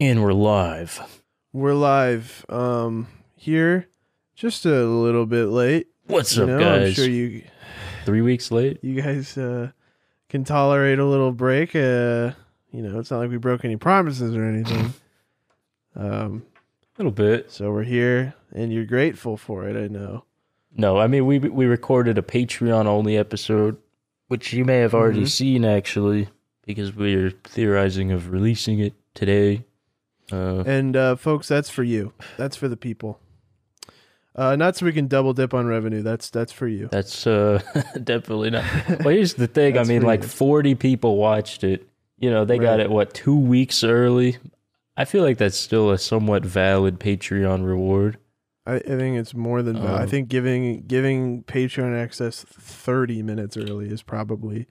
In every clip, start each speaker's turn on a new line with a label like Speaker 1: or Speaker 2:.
Speaker 1: And we're live.
Speaker 2: We're live um here just a little bit late.
Speaker 1: What's
Speaker 2: you
Speaker 1: up,
Speaker 2: know,
Speaker 1: guys?
Speaker 2: I'm sure you
Speaker 1: Three weeks late.
Speaker 2: you guys uh can tolerate a little break. Uh you know, it's not like we broke any promises or anything. um
Speaker 1: A little bit.
Speaker 2: so we're here and you're grateful for it, I know.
Speaker 1: No, I mean we we recorded a Patreon only episode, which you may have already
Speaker 2: Mhm.
Speaker 1: seen actually, because we are theorizing of releasing it today. Uh,
Speaker 2: And uh folks, that's for you. That's for the people. Uh not so we can double dip on revenue. That's that's for you.
Speaker 1: that's uh, definitely not. Well, here's the thing. I
Speaker 2: That's
Speaker 1: mean,
Speaker 2: for
Speaker 1: like
Speaker 2: you.
Speaker 1: forty people watched it. You know, they got
Speaker 2: Right.
Speaker 1: it what two weeks early. I feel like that's still a somewhat valid Patreon reward.
Speaker 2: I, I think it's more than val- I
Speaker 1: Um,
Speaker 2: think giving giving Patreon access 30 minutes early is probably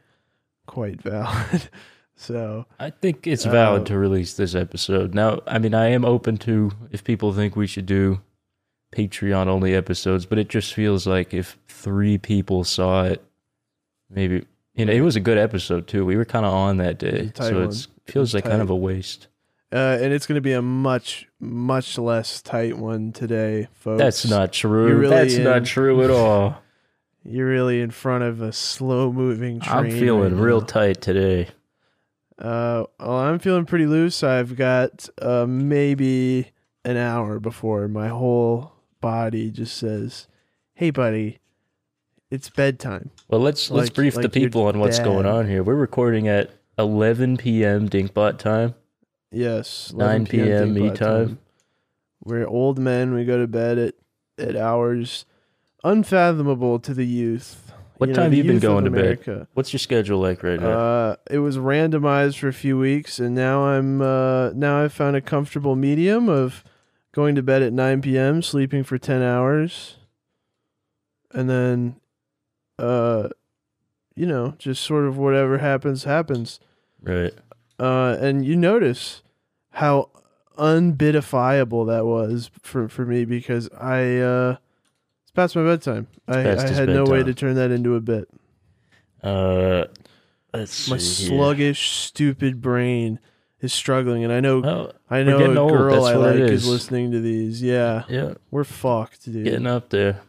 Speaker 2: quite valid. so
Speaker 1: I think it's
Speaker 2: Uh,
Speaker 1: valid to release this episode. Now, I mean, I am open to if people think we should do Patreon only episodes, but it just feels like if three people saw it, maybe you know, it was a good episode too. We were kind of on that day,
Speaker 2: It's a tight
Speaker 1: so
Speaker 2: one.
Speaker 1: it's feels
Speaker 2: It's
Speaker 1: like kind
Speaker 2: tight.
Speaker 1: of a waste.
Speaker 2: uh, and it's going to be a much much less tight one today, folks.
Speaker 1: That's not true.
Speaker 2: you're really
Speaker 1: That's
Speaker 2: in.
Speaker 1: not true at all.
Speaker 2: You're really in front of a slow moving train.
Speaker 1: I'm feeling
Speaker 2: right
Speaker 1: real
Speaker 2: now.
Speaker 1: tight today.
Speaker 2: uh, well, I'm feeling pretty loose. I've got uh, maybe an hour before my whole body just says, "Hey, buddy, it's bedtime."
Speaker 1: Well, let's let's
Speaker 2: Like-
Speaker 1: brief the
Speaker 2: like your
Speaker 1: people on what's going
Speaker 2: dad.
Speaker 1: on here. We're recording at 11 p.m. Dinkbot time.
Speaker 2: Yes,
Speaker 1: 9
Speaker 2: 11
Speaker 1: PM
Speaker 2: Dinkbot
Speaker 1: me time.
Speaker 2: We're old men. We go to bed at at hours unfathomable to the youth.
Speaker 1: What time
Speaker 2: the
Speaker 1: you been
Speaker 2: youth of
Speaker 1: going to bed?
Speaker 2: America.
Speaker 1: What's your schedule like right now?
Speaker 2: Uh, it was randomized for a few weeks, and now I'm uh, now I've found a comfortable medium of going to bed at 9 p.m., sleeping for 10 hours, and then, uh, you know, just sort of whatever happens happens
Speaker 1: right.
Speaker 2: uh, and you notice how unbitifiable that was for, for me because I uh, it's past my bedtime. I,
Speaker 1: It's past
Speaker 2: I
Speaker 1: his
Speaker 2: had no way
Speaker 1: bedtime.
Speaker 2: to turn that into a bit.
Speaker 1: Uh, let's
Speaker 2: My
Speaker 1: see. here.
Speaker 2: sluggish, stupid brain is struggling, and I know
Speaker 1: Oh,
Speaker 2: I
Speaker 1: we're
Speaker 2: know
Speaker 1: getting
Speaker 2: a
Speaker 1: old.
Speaker 2: girl
Speaker 1: That's
Speaker 2: I
Speaker 1: what
Speaker 2: like
Speaker 1: it
Speaker 2: is.
Speaker 1: is.
Speaker 2: listening to these. Yeah,
Speaker 1: yeah,
Speaker 2: we're fucked, dude.
Speaker 1: getting up there.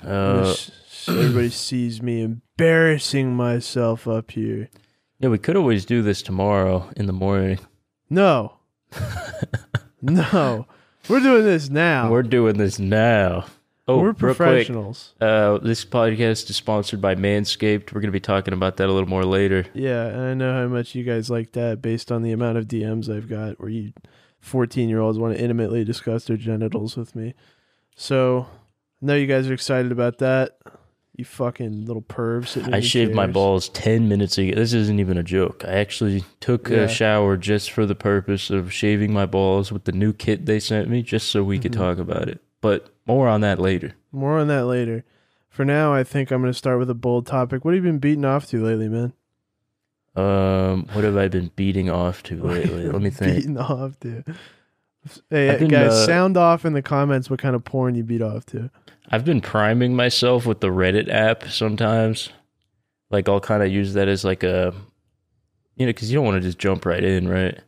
Speaker 2: And
Speaker 1: Uh,
Speaker 2: this- everybody sees me embarrassing myself up here.
Speaker 1: yeah, we could always do this tomorrow in the morning.
Speaker 2: No, no, we're doing this now.
Speaker 1: We're doing this now. Oh,
Speaker 2: We're
Speaker 1: real quick,
Speaker 2: professionals.
Speaker 1: uh, this podcast is sponsored by Manscaped. We're gonna be talking about that a little more later.
Speaker 2: Yeah, and I know how much you guys like that based on the amount of DMs I've got where you 14 year olds want to intimately discuss their genitals with me. So I know you guys are excited about that. You fucking little pervs. Sitting in
Speaker 1: I
Speaker 2: your
Speaker 1: shaved my
Speaker 2: chairs.
Speaker 1: balls ten minutes ago. This isn't even a joke. I actually took
Speaker 2: Yeah.
Speaker 1: a shower just for the purpose of shaving my balls with the new kit they sent me, just so we could
Speaker 2: Mhm.
Speaker 1: talk about it. But more on that later.
Speaker 2: More on that later. For now, I think I'm going to start with a bold topic. What have you been beating off to lately, man?
Speaker 1: Um, what have I been beating off to lately? Let me think.
Speaker 2: Beating off to. Hey,
Speaker 1: I've been,
Speaker 2: guys,
Speaker 1: uh,
Speaker 2: sound off in the comments what kind of porn you beat off to.
Speaker 1: I've been priming myself with the Reddit app sometimes. Like I'll kind of use that as like a, you know, because you don't want to just jump right in, right?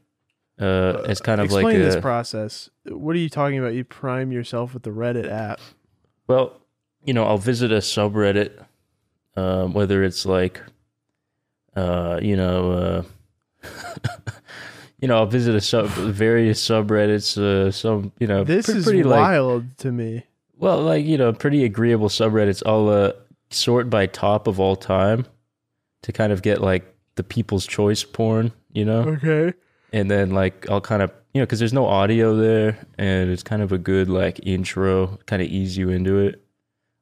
Speaker 1: Uh, it's kind of
Speaker 2: Explain
Speaker 1: like
Speaker 2: this
Speaker 1: a,
Speaker 2: process. What are you talking about? You prime yourself with the Reddit app.
Speaker 1: well, you know, I'll visit a subreddit, um, whether it's like, uh, you know, uh, you know, I'll visit a sub various subreddits, uh, some, you know,
Speaker 2: This
Speaker 1: pre-
Speaker 2: is
Speaker 1: pretty, like,
Speaker 2: wild to me.
Speaker 1: Well, like you know, pretty agreeable subreddits. I'll uh, sort by top of all time to kind of get like the people's choice porn, you know,
Speaker 2: Okay.
Speaker 1: and then like I'll kind of you know because there's no audio there, and it's kind of a good like intro, kind of ease you into it.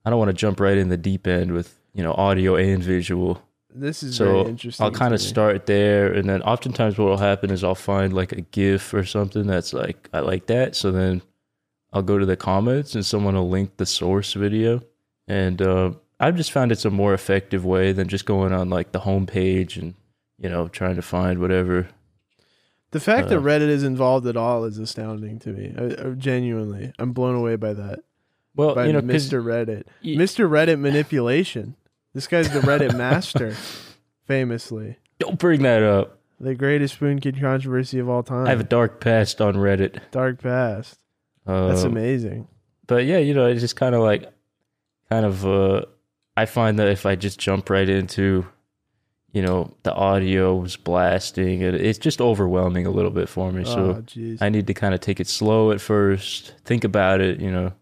Speaker 1: I don't want to jump right in the deep end with you know audio and visual.
Speaker 2: This is
Speaker 1: So
Speaker 2: very interesting.
Speaker 1: I'll kind of
Speaker 2: to me.
Speaker 1: start there, and then oftentimes what will happen is I'll find like a GIF or something that's like I like that. So then I'll go to the comments, and someone will link the source video, and uh, I've just found it's a more effective way than just going on like the homepage and you know trying to find whatever.
Speaker 2: The fact that
Speaker 1: uh,
Speaker 2: Reddit is involved at all is astounding to me. I, I, genuinely, I'm blown away by that.
Speaker 1: Well,
Speaker 2: By
Speaker 1: you know, 'cause
Speaker 2: Mr. Reddit,
Speaker 1: y-
Speaker 2: Mr. Reddit manipulation. This guy's the Reddit master, famously.
Speaker 1: don't bring that up.
Speaker 2: The greatest spoon kid controversy of all time.
Speaker 1: I have a dark past on Reddit.
Speaker 2: dark past.
Speaker 1: Um,
Speaker 2: That's amazing.
Speaker 1: But yeah, you know, it's just kind of like, kind of, uh, I find that if I just jump right into, you know, the audio was blasting, it, it's just overwhelming a little bit for me.
Speaker 2: Oh,
Speaker 1: so
Speaker 2: jeez.
Speaker 1: I need to kind of take it slow at first, think about it, you know.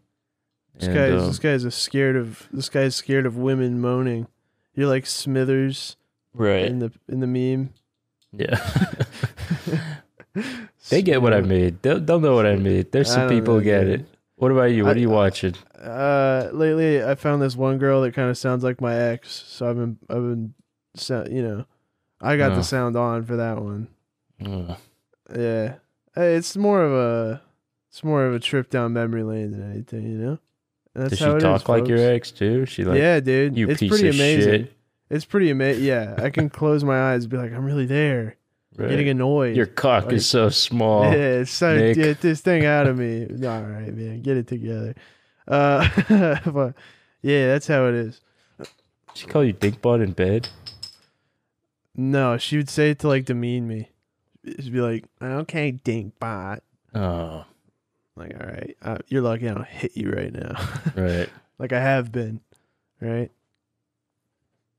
Speaker 2: This
Speaker 1: And,
Speaker 2: guy, is,
Speaker 1: um,
Speaker 2: this guy is a scared of this guy's scared of women moaning. You're like Smithers
Speaker 1: right.
Speaker 2: in the in the meme.
Speaker 1: Yeah. they get what I made. They'll, they'll know what I made. There's
Speaker 2: I
Speaker 1: some
Speaker 2: don't
Speaker 1: people
Speaker 2: know,
Speaker 1: get
Speaker 2: dude.
Speaker 1: it. What about you? What
Speaker 2: I-
Speaker 1: are you watching?
Speaker 2: Uh, lately I found this one girl that kind of sounds like my ex, so I've been I've been, so, you know, I got
Speaker 1: Oh.
Speaker 2: the sound on for that one.
Speaker 1: Ugh.
Speaker 2: Yeah, Hey, it's more of a it's more of a trip down memory lane than anything, you know. And that's
Speaker 1: Does she
Speaker 2: how it
Speaker 1: talk
Speaker 2: is,
Speaker 1: like your
Speaker 2: folks.
Speaker 1: ex too? She like
Speaker 2: yeah, dude.
Speaker 1: you
Speaker 2: it's
Speaker 1: piece
Speaker 2: pretty
Speaker 1: of
Speaker 2: amazing.
Speaker 1: shit.
Speaker 2: It's pretty amazing. Yeah, I can close my eyes, and be like, I'm really there.
Speaker 1: Right.
Speaker 2: Getting annoyed.
Speaker 1: Your cock
Speaker 2: Like-
Speaker 1: is so small.
Speaker 2: yeah, so
Speaker 1: Nick.
Speaker 2: get this thing out of me. All right, man, get it together. Uh, but yeah, that's how it is.
Speaker 1: She call you dinkbot in bed.
Speaker 2: No, she would say it to like demean me. She'd be like, "Okay, dink bot."
Speaker 1: Oh,
Speaker 2: Like, all right, uh, you're lucky I don't hit you right now,
Speaker 1: right.
Speaker 2: like I have been, right?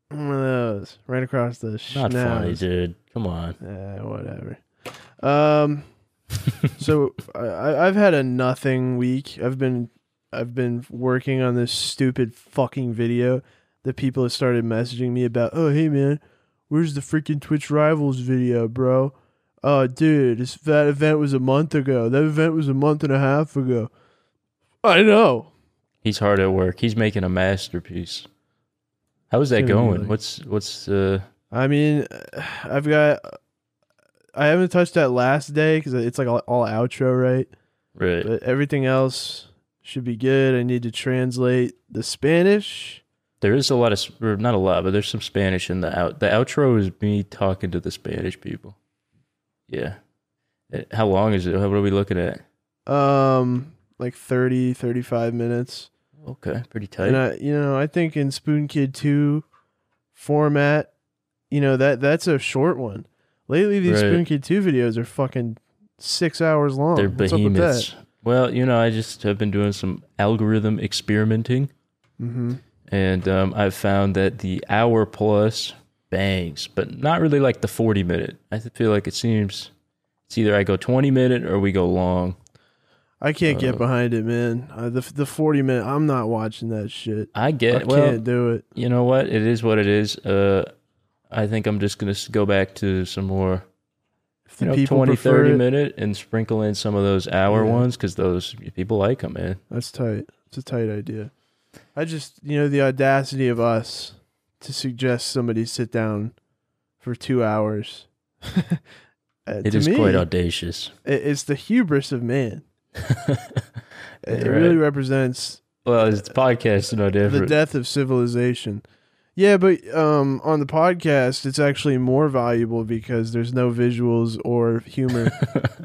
Speaker 2: One of those right across the
Speaker 1: Not funny,
Speaker 2: schnoz.
Speaker 1: dude. Come on.
Speaker 2: Eh, whatever. Um, so I- I, I've had a nothing week. I've been I've been working on this stupid fucking video that people have started messaging me about. Oh hey man, where's the freaking Twitch Rivals video, bro? Oh dude, this, that event was a month ago. That event was a month and a half ago. I know.
Speaker 1: He's hard at work. He's making a masterpiece. How is that
Speaker 2: It's gonna be
Speaker 1: going?
Speaker 2: like-
Speaker 1: What's what's uh
Speaker 2: I mean, I've got. I haven't touched that last day because it's like all, all outro, right?
Speaker 1: right?
Speaker 2: but everything else should be good. I need to translate the Spanish.
Speaker 1: There is a lot of s- or not a lot, but there's some Spanish in the out. The outro is me talking to the Spanish people. Yeah. Eh, How long is it? What are we looking at?
Speaker 2: Um like 30 35 minutes.
Speaker 1: Okay, pretty tight.
Speaker 2: And I you know, I think in Spoon Kid 2 format, you know, that that's a short one. Lately these
Speaker 1: Right.
Speaker 2: Spoon Kid 2 videos are fucking 6 hours long.
Speaker 1: They're
Speaker 2: What's up with
Speaker 1: behemoths. Well, you know, I just have been doing some algorithm experimenting.
Speaker 2: that? Mhm.
Speaker 1: and um, I've found that the hour plus bangs, but not really like the forty minute. I feel like it seems it's either I go twenty minute or we go long.
Speaker 2: I can't
Speaker 1: Uh,
Speaker 2: get behind it, man. Uh, the the 40 minute I'm not watching that shit.
Speaker 1: I
Speaker 2: I
Speaker 1: get
Speaker 2: can't
Speaker 1: well.
Speaker 2: do it.
Speaker 1: You know what? It is what it is. Uh, I think I'm just gonna s- go back to some more
Speaker 2: If the
Speaker 1: you know,
Speaker 2: people
Speaker 1: 20,
Speaker 2: prefer
Speaker 1: 30
Speaker 2: it,
Speaker 1: minute and sprinkle in some of those hour
Speaker 2: Yeah.
Speaker 1: ones because those people like them, man.
Speaker 2: That's tight. It's a tight idea. I just, you know, the audacity of us to suggest somebody sit down for two hours. uh,
Speaker 1: It
Speaker 2: to
Speaker 1: is
Speaker 2: me,
Speaker 1: quite audacious.
Speaker 2: it- it's the hubris of man. It, it
Speaker 1: You're
Speaker 2: really
Speaker 1: right.
Speaker 2: represents
Speaker 1: Well, it's podcast, no
Speaker 2: uh, the
Speaker 1: different.
Speaker 2: death of civilization. Yeah, but um, on the podcast, it's actually more valuable because there's no visuals or humor.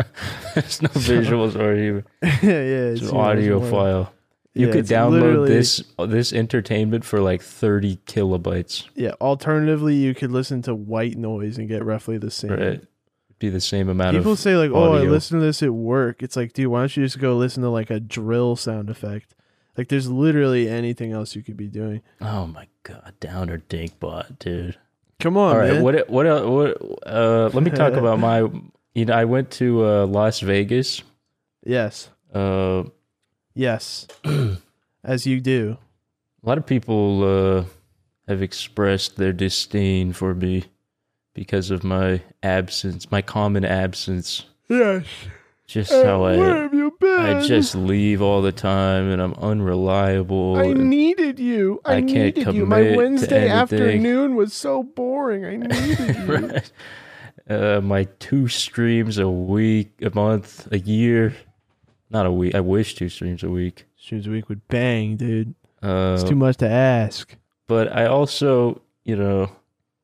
Speaker 1: There's no visuals or even
Speaker 2: yeah, yeah,
Speaker 1: it's an
Speaker 2: you know,
Speaker 1: audio
Speaker 2: more-
Speaker 1: file. You
Speaker 2: yeah,
Speaker 1: could
Speaker 2: it's
Speaker 1: download
Speaker 2: literally-
Speaker 1: this this entertainment for like 30 kilobytes.
Speaker 2: Yeah. Alternatively, you could listen to white noise and get roughly the same.
Speaker 1: Right. Be the same amount
Speaker 2: People
Speaker 1: of
Speaker 2: say like, "Oh, I
Speaker 1: audio."
Speaker 2: listen to this at work." It's like, dude, why don't you just go listen to like a drill sound effect? Like, there's literally anything else you could be doing.
Speaker 1: Oh my god, downer dinkbot, dude.
Speaker 2: Come on,
Speaker 1: All right,
Speaker 2: man.
Speaker 1: what e, what el- what uh let me talk about my you know, I went to uh Las Vegas.
Speaker 2: Yes,
Speaker 1: Uh
Speaker 2: yes, as you do.
Speaker 1: a lot of people uh have expressed their disdain for me because of my absence, my common absence.
Speaker 2: Yes.
Speaker 1: Just
Speaker 2: Uh,
Speaker 1: how I
Speaker 2: where have you been?
Speaker 1: I just leave all the time and I'm unreliable.
Speaker 2: I
Speaker 1: and-
Speaker 2: needed you. I,
Speaker 1: I can't
Speaker 2: needed you. My
Speaker 1: commit to
Speaker 2: Wednesday
Speaker 1: anything.
Speaker 2: afternoon was so boring. I needed you.
Speaker 1: right. Uh, my two streams a week, a month, a year. Not a week. I wish two streams a week.
Speaker 2: Streams a week would bang, dude.
Speaker 1: Uh,
Speaker 2: It's too much to ask.
Speaker 1: but I also, you know,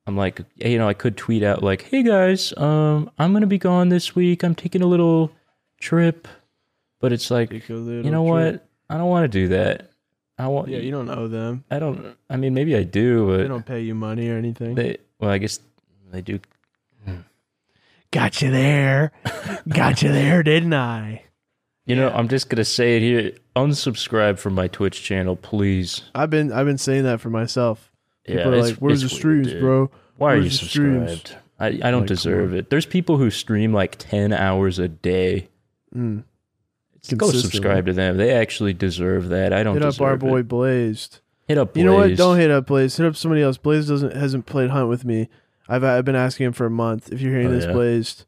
Speaker 1: I'm like, hey, you know, I could tweet out like, "Hey guys, um, I'm gonna be gone this week. I'm taking a little trip." But it's like, you know what? I don't want to do that. I want.
Speaker 2: Yeah, you don't owe them.
Speaker 1: I don't. I mean, maybe I do,
Speaker 2: They
Speaker 1: but
Speaker 2: don't pay you money or anything.
Speaker 1: They well, I guess they do.
Speaker 2: Got you there. Got you there, didn't I?
Speaker 1: You know, I'm just gonna say it here. Unsubscribe from my Twitch channel, please.
Speaker 2: I've been I've been saying that for myself. People are
Speaker 1: it's-
Speaker 2: like, "Where's
Speaker 1: it's
Speaker 2: the
Speaker 1: weird,
Speaker 2: streams,
Speaker 1: dude.
Speaker 2: bro?"
Speaker 1: Why are
Speaker 2: Where's
Speaker 1: you
Speaker 2: the streams?
Speaker 1: subscribed? I, I don't
Speaker 2: Like,
Speaker 1: deserve it. There's people who stream like 10 hours a day.
Speaker 2: Mm.
Speaker 1: Go
Speaker 2: Consistently.
Speaker 1: subscribe to them. They actually deserve that. I don't
Speaker 2: Hit up
Speaker 1: deserve
Speaker 2: our boy
Speaker 1: It.
Speaker 2: Blazed.
Speaker 1: Hit up
Speaker 2: You know what?
Speaker 1: Blaze.
Speaker 2: Don't hit up Blaze. Hit up somebody else. Blaze doesn't hasn't played Hunt with me. I've I've been asking him for a month. If you're hearing
Speaker 1: Oh,
Speaker 2: this,
Speaker 1: yeah.
Speaker 2: Blazed,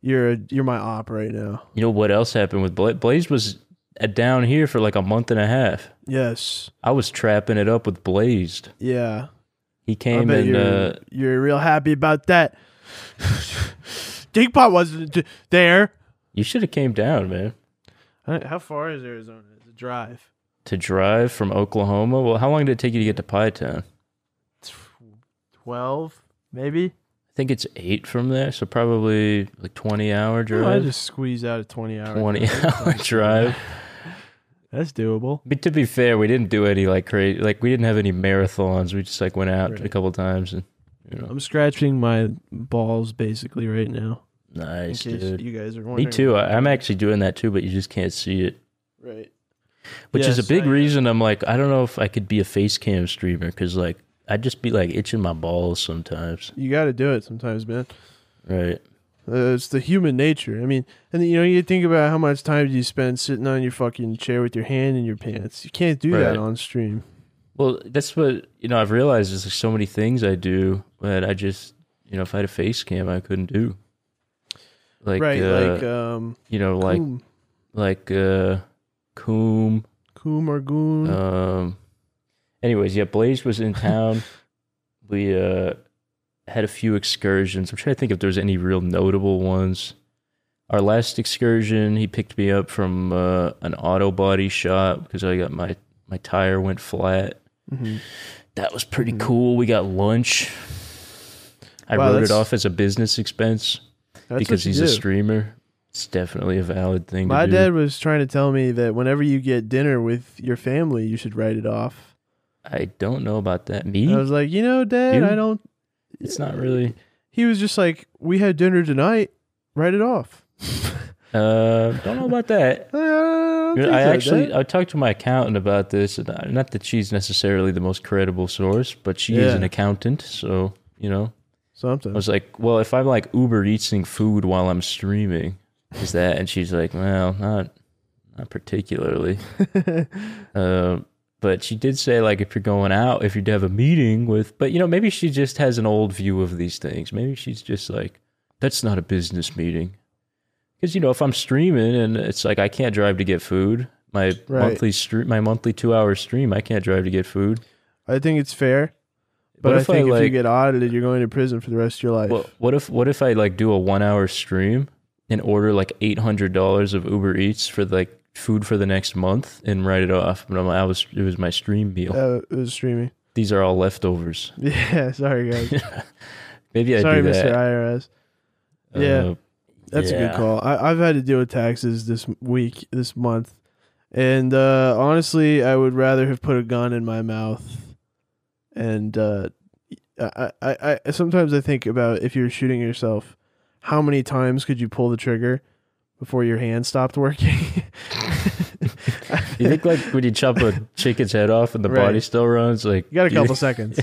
Speaker 2: you're a, you're my op right now.
Speaker 1: You know what else happened with Blaze? Blaze was uh, down here for like a month and a half.
Speaker 2: Yes.
Speaker 1: I was trapping it up with Blazed.
Speaker 2: Yeah.
Speaker 1: He
Speaker 2: I
Speaker 1: came
Speaker 2: bet
Speaker 1: and
Speaker 2: you're
Speaker 1: uh,
Speaker 2: you're real happy about that. Dinkpot wasn't d- there.
Speaker 1: you should have came down, man,
Speaker 2: I don't- How far is Arizona? It's a drive.
Speaker 1: to drive from Oklahoma. Well, how long did it take you to get to Pie Town?
Speaker 2: Twelve, maybe.
Speaker 1: I think it's eight from there, so probably like 20 hour drive.
Speaker 2: Oh, I just squeeze out a twenty hour.
Speaker 1: 20 hour drive.
Speaker 2: That's doable.
Speaker 1: But to be fair, we didn't do any like crazy, like we didn't have any marathons. We just like went out
Speaker 2: Right.
Speaker 1: a couple times and you know,
Speaker 2: I'm scratching my balls basically right now.
Speaker 1: nice,
Speaker 2: in case
Speaker 1: dude.
Speaker 2: you guys are wondering.
Speaker 1: Me too. I, I'm actually doing that too, but you just can't see it,
Speaker 2: Right.
Speaker 1: which is
Speaker 2: Yes,
Speaker 1: a big
Speaker 2: I- uh,
Speaker 1: reason I'm like, I don't know if I could be a face cam streamer because like I'd just be like itching my balls sometimes,
Speaker 2: You got to do it sometimes, man.
Speaker 1: right?
Speaker 2: Uh, it's the human nature. I mean, and you know, you think about how much time do you spend sitting on your fucking chair with your hand in your pants. You can't do that
Speaker 1: Right.
Speaker 2: on stream.
Speaker 1: Well, that's what you know. I've realized there's like, so many things I do that I just you know if I had a face cam, I couldn't do. Like,
Speaker 2: right.
Speaker 1: uh,
Speaker 2: like um,
Speaker 1: you know, like
Speaker 2: Coom,
Speaker 1: like uh, Coom.
Speaker 2: Coom or Goon.
Speaker 1: Um. Anyways, yeah, Blaze was in town. we uh had a few excursions. I'm trying to think if there's any real notable ones. Our last excursion, he picked me up from uh, an auto body shop because I got my my tire went flat.
Speaker 2: Mhm.
Speaker 1: That was pretty cool. We got lunch. I
Speaker 2: Mm-hmm. Wow,
Speaker 1: wrote it
Speaker 2: that's-
Speaker 1: off as a business expense
Speaker 2: That's
Speaker 1: because
Speaker 2: what you
Speaker 1: he's a
Speaker 2: do.
Speaker 1: streamer. It's definitely a valid thing.
Speaker 2: My
Speaker 1: to do.
Speaker 2: dad was trying to tell me that whenever you get dinner with your family, you should write it off.
Speaker 1: I don't know about that.
Speaker 2: And I
Speaker 1: Me,
Speaker 2: was like, you know, Dad,
Speaker 1: You?
Speaker 2: I don't.
Speaker 1: it's not really.
Speaker 2: He was just like, we had dinner tonight. Write it off.
Speaker 1: Uh, don't know about that.
Speaker 2: I, don't think
Speaker 1: I
Speaker 2: so,
Speaker 1: actually
Speaker 2: Dad.
Speaker 1: I talked to my accountant about this, and I- not that she's necessarily the most credible source, but she is
Speaker 2: Yeah.
Speaker 1: an accountant, so you know. I
Speaker 2: something.
Speaker 1: was like, well, if I'm like Uber eating food while I'm streaming, is that? And she's like, well, not not particularly. Um, but she did say like if you're going out, if you would have a meeting with, but you know maybe she just has an old view of these things. Maybe she's just like that's not a business meeting, because you know if I'm streaming and it's like I can't drive to get food, my monthly stream, my monthly two hour stream, I can't drive to get food.
Speaker 2: I think it's fair. But
Speaker 1: What
Speaker 2: I
Speaker 1: if I,
Speaker 2: think if you
Speaker 1: like-
Speaker 2: get audited, you're going to prison for the rest of your life.
Speaker 1: What what if what if I like do a one hour stream and order like eight hundred dollars of Uber Eats for like food for the next month and write it off? But I'm, I was it was my stream meal.
Speaker 2: uh, it was streaming.
Speaker 1: These are all leftovers.
Speaker 2: Yeah, sorry guys.
Speaker 1: Maybe I
Speaker 2: sorry,
Speaker 1: do
Speaker 2: Mr.
Speaker 1: that.
Speaker 2: IRS. Yeah.
Speaker 1: Uh,
Speaker 2: That's a good
Speaker 1: Yeah.
Speaker 2: call. I, I've had to deal with taxes this week, this month, and uh, honestly, I would rather have put a gun in my mouth. And uh, I, I, I sometimes I think about if you're shooting yourself, how many times could you pull the trigger before your hand stopped working?
Speaker 1: you think like when you chop a chicken's head off and the
Speaker 2: Right.
Speaker 1: body still runs, like
Speaker 2: you got a
Speaker 1: do
Speaker 2: couple seconds.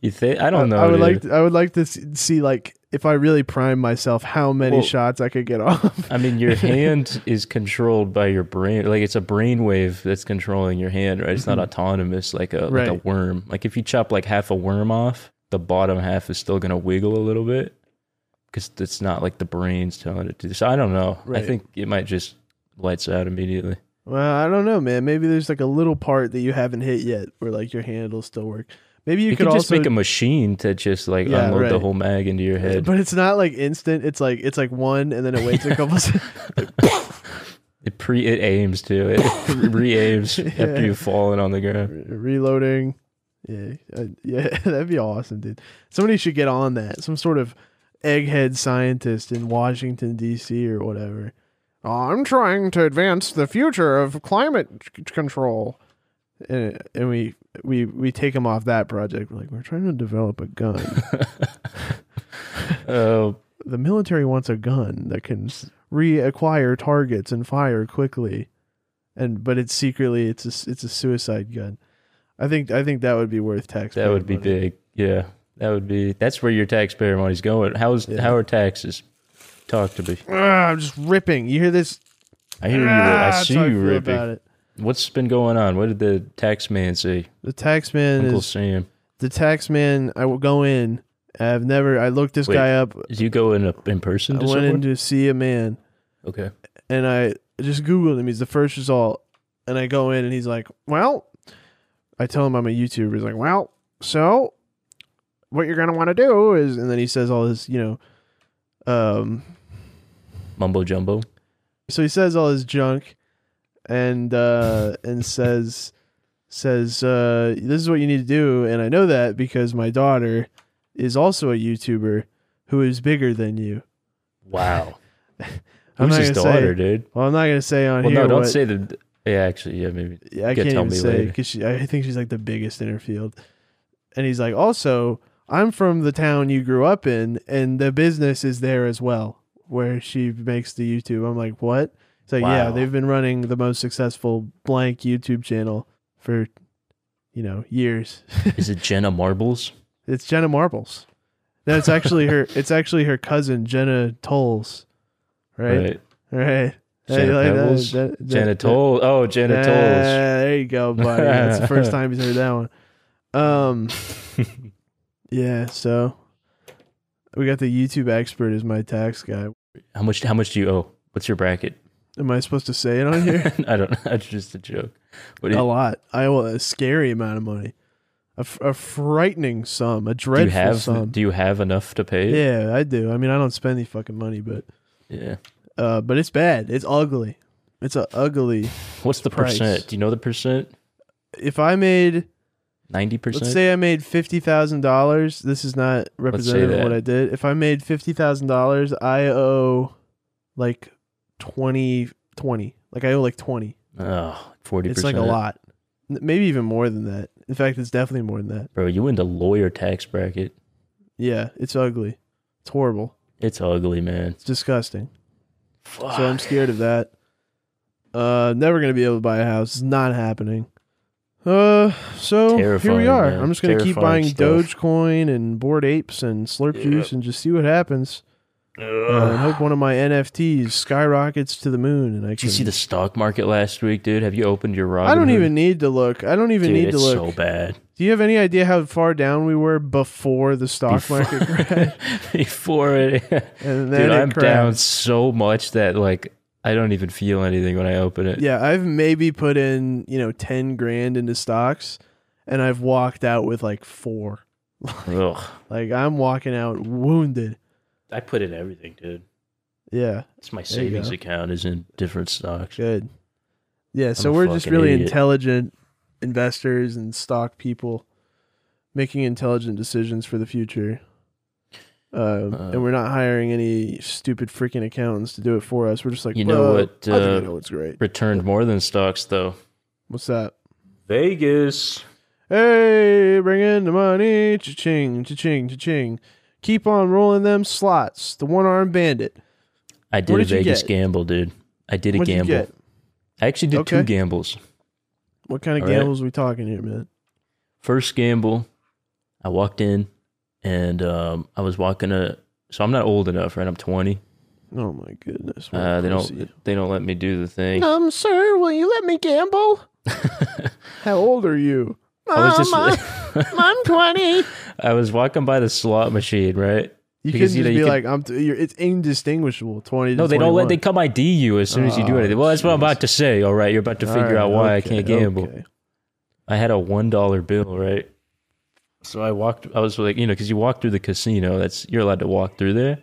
Speaker 1: You, think? I don't know.
Speaker 2: I would
Speaker 1: dude.
Speaker 2: like to, I would like to s- see like if I really prime myself how many
Speaker 1: Well-
Speaker 2: shots I could get off.
Speaker 1: I mean, your hand is controlled by your brain. Like it's a brain wave that's controlling your hand, right? It's not autonomous, like a like a
Speaker 2: Mm-hmm. Right.
Speaker 1: worm. Like if you chop like half a worm off, the bottom half is still gonna wiggle a little bit because it's not like the brain's telling it to. So I don't know.
Speaker 2: Right.
Speaker 1: I think it might just lights out immediately.
Speaker 2: well, I don't know, man. Maybe there's like a little part that you haven't hit yet where like your hand will still work. Maybe you,
Speaker 1: You,
Speaker 2: could,
Speaker 1: could, just
Speaker 2: also
Speaker 1: make a machine to just like
Speaker 2: Yeah,
Speaker 1: unload the
Speaker 2: right.
Speaker 1: whole mag into your head.
Speaker 2: but it's not like instant. It's like it's like one and then it waits a couple seconds.
Speaker 1: It pre it aims too. It re aims
Speaker 2: Yeah.
Speaker 1: after you've fallen on the ground.
Speaker 2: reloading. Yeah, uh, yeah, that'd be awesome, dude. Somebody should get on that. Some sort of egghead scientist in Washington D.C. or whatever. I'm trying to advance the future of climate c- control, and, and we we we take him off that project. We're like, we're trying to develop a gun.
Speaker 1: Oh,
Speaker 2: the military wants a gun that can reacquire targets and fire quickly, and but it's secretly it's a it's a suicide gun. I think I think that would be worth taxpayer.
Speaker 1: That would be
Speaker 2: money.
Speaker 1: big. Yeah. That would be that's where your taxpayer money's going. How's
Speaker 2: Yeah.
Speaker 1: how are taxes? Talk to me.
Speaker 2: Ah, I'm just ripping. You hear this?
Speaker 1: I hear you.
Speaker 2: Ah,
Speaker 1: I
Speaker 2: that's
Speaker 1: see
Speaker 2: how
Speaker 1: you
Speaker 2: feel
Speaker 1: ripping.
Speaker 2: About it.
Speaker 1: What's been going on? What did the tax man say?
Speaker 2: The tax man
Speaker 1: Uncle
Speaker 2: is
Speaker 1: Sam.
Speaker 2: the tax man. I will go in. I've never. I looked this
Speaker 1: Wait,
Speaker 2: guy up.
Speaker 1: Did you go in a, in person
Speaker 2: I
Speaker 1: to
Speaker 2: went
Speaker 1: someone?
Speaker 2: in to see a man,
Speaker 1: okay.
Speaker 2: and I just Googled him. He's the first result, and I go in, and he's like, "Well," I tell him I'm a YouTuber. He's like, "Well, so what you're gonna want to do is," and then he says all his, you know, um,
Speaker 1: Mumbo jumbo.
Speaker 2: so he says all his junk and uh and says says uh this is what you need to do and i know that because my daughter is also a youtuber who is bigger than you
Speaker 1: Wow.
Speaker 2: I'm
Speaker 1: Who's
Speaker 2: not
Speaker 1: his
Speaker 2: gonna say-
Speaker 1: daughter, dude?
Speaker 2: well i'm not gonna say on
Speaker 1: Well,
Speaker 2: here
Speaker 1: no, don't
Speaker 2: what-
Speaker 1: say the. Yeah, actually, yeah, maybe.
Speaker 2: Yeah, I
Speaker 1: You can
Speaker 2: can't
Speaker 1: tell
Speaker 2: even
Speaker 1: me
Speaker 2: say
Speaker 1: later.
Speaker 2: because I think she's like the biggest in her field. And he's like, also, I'm from the town you grew up in, and the business is there as well, where she makes the YouTube. I'm like, what? It's like, yeah,
Speaker 1: Wow.
Speaker 2: they've been running the most successful blank YouTube channel for, you know, years.
Speaker 1: Is it Jenna Marbles?
Speaker 2: it's Jenna Marbles. No, it's actually her. It's actually her cousin Jenna Tolls, right? Right. Hey,
Speaker 1: Jenna
Speaker 2: like that-
Speaker 1: Pebbles?
Speaker 2: that- that-
Speaker 1: Jenna
Speaker 2: that-
Speaker 1: Toll. Oh, Jenna Tolls.
Speaker 2: yeah, there you go, buddy. That's the first time he's heard that one. Um, yeah. So we got the YouTube expert as my tax guy.
Speaker 1: How much? How much do you owe? What's your bracket?
Speaker 2: Am I supposed to say it on here?
Speaker 1: I don't. know. That's just a joke. What do
Speaker 2: a
Speaker 1: you,
Speaker 2: lot. I owe a scary amount of money, a, f- a frightening sum, a
Speaker 1: do
Speaker 2: dreadful
Speaker 1: you have?
Speaker 2: sum.
Speaker 1: Do you have enough to pay? it?
Speaker 2: yeah, I do. I mean, I don't spend any fucking money, but
Speaker 1: Yeah.
Speaker 2: uh, but it's bad. It's ugly. It's a ugly.
Speaker 1: What's the
Speaker 2: Price.
Speaker 1: percent? Do you know the percent?
Speaker 2: If I made
Speaker 1: Ninety percent.
Speaker 2: Let's say I made fifty thousand dollars. This is not representative of
Speaker 1: that.
Speaker 2: what I did. If I made fifty thousand dollars, I owe like 20, 20. Like I owe like twenty.
Speaker 1: oh, forty
Speaker 2: It's
Speaker 1: percent.
Speaker 2: like a lot. N- Maybe even more than that. In fact, it's definitely more than that.
Speaker 1: bro. You in the lawyer tax bracket?
Speaker 2: Yeah, it's ugly. It's horrible.
Speaker 1: It's ugly, man.
Speaker 2: It's disgusting.
Speaker 1: Fuck.
Speaker 2: So I'm scared of that. Uh, never gonna be able to buy a house. It's not happening. Uh, so here
Speaker 1: Terrifying,
Speaker 2: we are.
Speaker 1: man.
Speaker 2: I'm just gonna keep
Speaker 1: Terrifying
Speaker 2: buying
Speaker 1: stuff.
Speaker 2: Dogecoin and Bored Apes and Slurp Juice and just see what happens. Uh, and hope one of my NFTs skyrockets to the moon. And I
Speaker 1: Did
Speaker 2: can.
Speaker 1: you see the stock market last week, dude? Have you opened your Robinhood?
Speaker 2: I don't even need to look. I don't even
Speaker 1: Dude,
Speaker 2: need to
Speaker 1: it's
Speaker 2: look.
Speaker 1: so bad.
Speaker 2: Do you have any idea how far down we were before the stock market crashed?
Speaker 1: Before it,
Speaker 2: And then
Speaker 1: dude,
Speaker 2: it
Speaker 1: I'm
Speaker 2: crashed.
Speaker 1: down so much that like I don't even feel anything when I open it.
Speaker 2: Yeah, I've maybe put in you know ten grand into stocks, and I've walked out with like four.
Speaker 1: Ugh.
Speaker 2: Like I'm walking out wounded.
Speaker 1: I put in everything, dude.
Speaker 2: Yeah,
Speaker 1: It's my
Speaker 2: There you
Speaker 1: savings
Speaker 2: go.
Speaker 1: account is in different stocks.
Speaker 2: good. Yeah, so
Speaker 1: a
Speaker 2: we're just
Speaker 1: fucking
Speaker 2: really
Speaker 1: idiot.
Speaker 2: intelligent investors and stock people making intelligent decisions for the future. Um,
Speaker 1: Uh,
Speaker 2: and we're not hiring any stupid freaking accountants to do it for us. We're just like,
Speaker 1: You know
Speaker 2: "Well,
Speaker 1: what,
Speaker 2: I think I
Speaker 1: uh,
Speaker 2: know what's great.
Speaker 1: Returned more than stocks though.
Speaker 2: What's that?
Speaker 1: Vegas.
Speaker 2: Hey, bring in the money. Cha-ching, cha-ching, cha-ching. Keep on rolling them slots. The one-armed bandit.
Speaker 1: I did,
Speaker 2: What
Speaker 1: a
Speaker 2: did you
Speaker 1: Vegas
Speaker 2: get?
Speaker 1: gamble, dude. I did a
Speaker 2: What'd
Speaker 1: gamble.
Speaker 2: you get?
Speaker 1: I actually did two
Speaker 2: Okay.
Speaker 1: gambles.
Speaker 2: What kind of
Speaker 1: All right.
Speaker 2: gambles we talking here, man?
Speaker 1: First gamble, I walked in and um, I was walking a. So I'm not old enough, right? I'm 20.
Speaker 2: Oh my goodness. what a
Speaker 1: Uh, they
Speaker 2: pussy.
Speaker 1: don't. They don't let me do the thing.
Speaker 2: Um, sir, will you let me gamble? How old are you?
Speaker 1: I was just.
Speaker 2: Um, I'm, I'm 20.
Speaker 1: I was walking by the slot machine, right?
Speaker 2: You
Speaker 1: Because,
Speaker 2: can just
Speaker 1: you know,
Speaker 2: be
Speaker 1: you can-
Speaker 2: like, I'm. T- you're, it's indistinguishable. 20. To
Speaker 1: No, they don't let. They
Speaker 2: 21.
Speaker 1: come ID you as soon as you do
Speaker 2: Oh,
Speaker 1: anything. Well, that's what I'm
Speaker 2: jeez.
Speaker 1: about to say. All right, you're about to figure
Speaker 2: Alright,
Speaker 1: out why
Speaker 2: okay,
Speaker 1: I can't gamble.
Speaker 2: okay.
Speaker 1: I had a one dollar bill, right? So I walked. I was like, you know, because you walk through the casino. That's you're allowed to walk through there,